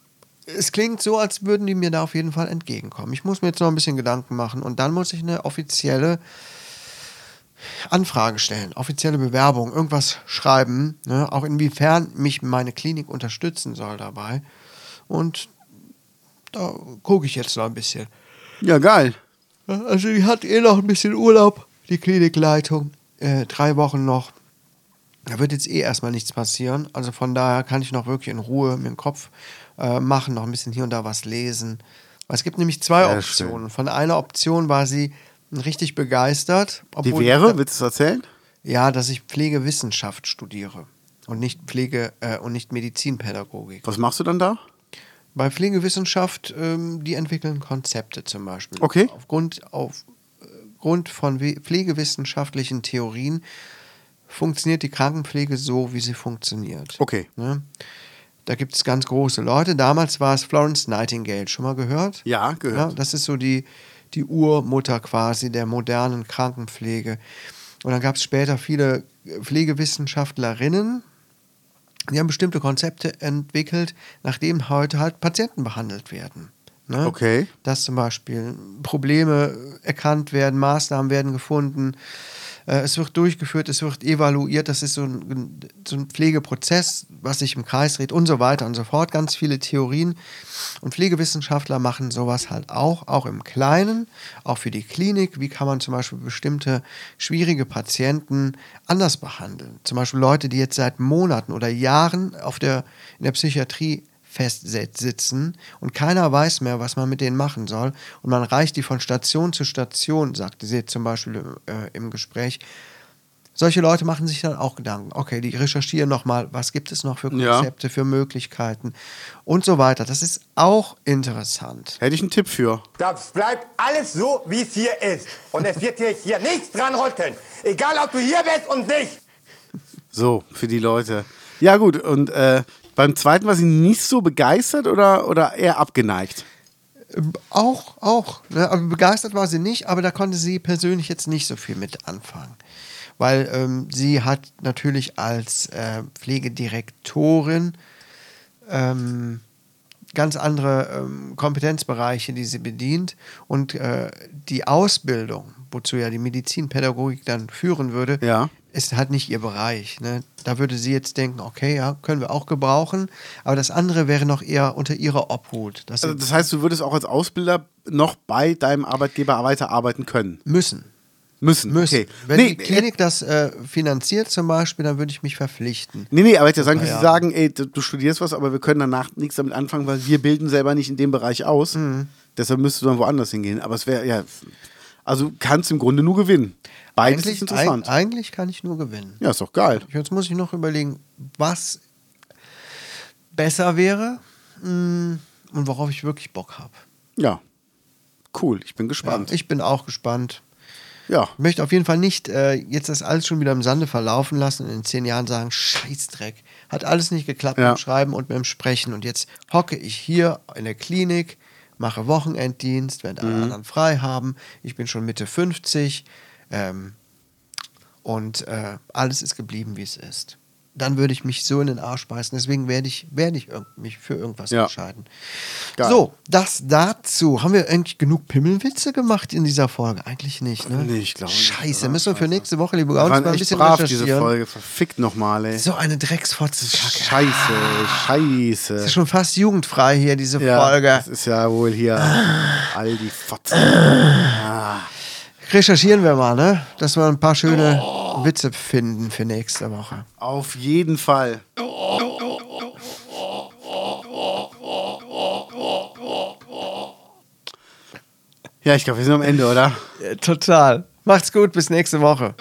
es klingt so, als würden die mir da auf jeden Fall entgegenkommen. Ich muss mir jetzt noch ein bisschen Gedanken machen und dann muss ich eine offizielle Anfrage stellen, offizielle Bewerbung, irgendwas schreiben, ne? auch inwiefern mich meine Klinik unterstützen soll dabei. Und da gucke ich jetzt noch ein bisschen. Ja, geil. Also die hat eh noch ein bisschen Urlaub, die Klinikleitung. Äh, drei Wochen noch. Da wird jetzt eh erstmal nichts passieren. Also von daher kann ich noch wirklich in Ruhe mir den Kopf äh, machen, noch ein bisschen hier und da was lesen. Weil es gibt nämlich zwei Sehr Optionen. Von einer Option war sie richtig begeistert. Die Obwohl wäre, willst du es erzählen? ja, dass ich Pflegewissenschaft studiere und nicht Pflege äh, und nicht Medizinpädagogik. Was machst du dann da? Bei Pflegewissenschaft, ähm, die entwickeln Konzepte zum Beispiel. Okay. Aufgrund, aufgrund von we- pflegewissenschaftlichen Theorien funktioniert die Krankenpflege so, wie sie funktioniert. Okay. Ne? Da gibt es ganz große Leute. Damals war es Florence Nightingale. Schon mal gehört? Ja, gehört. Ja, das ist so die, die Urmutter quasi der modernen Krankenpflege. Und dann gab es später viele Pflegewissenschaftlerinnen, die haben bestimmte Konzepte entwickelt, nachdem heute halt Patienten behandelt werden. Ne? Okay. Dass zum Beispiel Probleme erkannt werden, Maßnahmen werden gefunden, äh, es wird durchgeführt, es wird evaluiert, das ist so ein, so ein Pflegeprozess, was sich im Kreis dreht und so weiter und so fort. Ganz viele Theorien. Und Pflegewissenschaftler machen sowas halt auch, auch im Kleinen, auch für die Klinik. Wie kann man zum Beispiel bestimmte schwierige Patienten anders behandeln? Zum Beispiel Leute, die jetzt seit Monaten oder Jahren auf der, in der Psychiatrie festset- sitzen und keiner weiß mehr, was man mit denen machen soll. Und man reicht die von Station zu Station, sagte sie zum Beispiel äh, im Gespräch. Solche Leute machen sich dann auch Gedanken. Okay, die recherchieren nochmal, was gibt es noch für Ja. Konzepte, für Möglichkeiten und so weiter. Das ist auch interessant. Hätte ich einen Tipp für. Das bleibt alles so, wie es hier ist. Und es wird dir hier nichts dran rütteln. Egal, ob du hier bist und nicht. So, für die Leute. Ja, gut. Und äh, beim zweiten war sie nicht so begeistert oder, oder eher abgeneigt? Ähm, Auch, auch. Ne? Aber begeistert war sie nicht, aber da konnte sie persönlich jetzt nicht so viel mit anfangen. Weil ähm, sie hat natürlich als äh, Pflegedirektorin ähm, ganz andere ähm, Kompetenzbereiche, die sie bedient. Und äh, die Ausbildung, wozu ja die Medizinpädagogik dann führen würde, Ja. ist halt nicht ihr Bereich. Ne? Da würde sie jetzt denken, okay, ja, können wir auch gebrauchen. Aber das andere wäre noch eher unter ihrer Obhut. Das Also das heißt, du würdest auch als Ausbilder noch bei deinem Arbeitgeber weiterarbeiten können. müssen. Müssen. Müssen. Okay. Wenn nee, die Klinik das äh, finanziert zum Beispiel, dann würde ich mich verpflichten. Nee, nee, aber hätte ja sagen können, Ja. sie sagen, ey, du du studierst was, aber wir können danach nichts damit anfangen, weil wir bilden selber nicht in dem Bereich aus. Mhm. Deshalb müsstest du dann woanders hingehen. Aber es wäre, ja, also kannst im Grunde nur gewinnen. Beides ist interessant. eig- eigentlich kann ich nur gewinnen. ja, ist doch geil. Jetzt muss ich noch überlegen, was besser wäre mm, und worauf ich wirklich Bock habe. Ja. Cool, ich bin gespannt. Ich bin auch gespannt. Ja. Ich möchte auf jeden Fall nicht äh, jetzt das alles schon wieder im Sande verlaufen lassen und in zehn Jahren sagen, Scheißdreck, hat alles nicht geklappt Ja. mit dem Schreiben und mit dem Sprechen. Und jetzt hocke ich hier in der Klinik, mache Wochenenddienst, während Mhm. alle anderen frei haben. Ich bin schon Mitte 50 ähm, und äh, alles ist geblieben, wie es ist. Dann würde ich mich so in den Arsch beißen. Deswegen werde ich, werde ich irg- mich für irgendwas Ja. entscheiden. Geil. So, das dazu. Haben wir eigentlich genug Pimmelwitze gemacht in dieser Folge? Eigentlich nicht, ne? Nee, ich glaube nicht, Scheiße, oder? müssen wir für Scheiße. nächste Woche, liebe Wir Gauns, waren mal ein echt bisschen brav, diese recherchieren. Folge. Verfickt nochmal, ey. So eine Drecksfotze. Scheiße, Das scheiße. ist schon fast jugendfrei hier, diese ja, Folge. Das ist ja wohl hier all die Fotze. Recherchieren wir mal, ne? Dass wir ein paar schöne Oh. Witze finden für nächste Woche. Auf jeden Fall. Ja, ich glaube, wir sind am Ende, oder? Ja, total. Macht's gut, bis nächste Woche.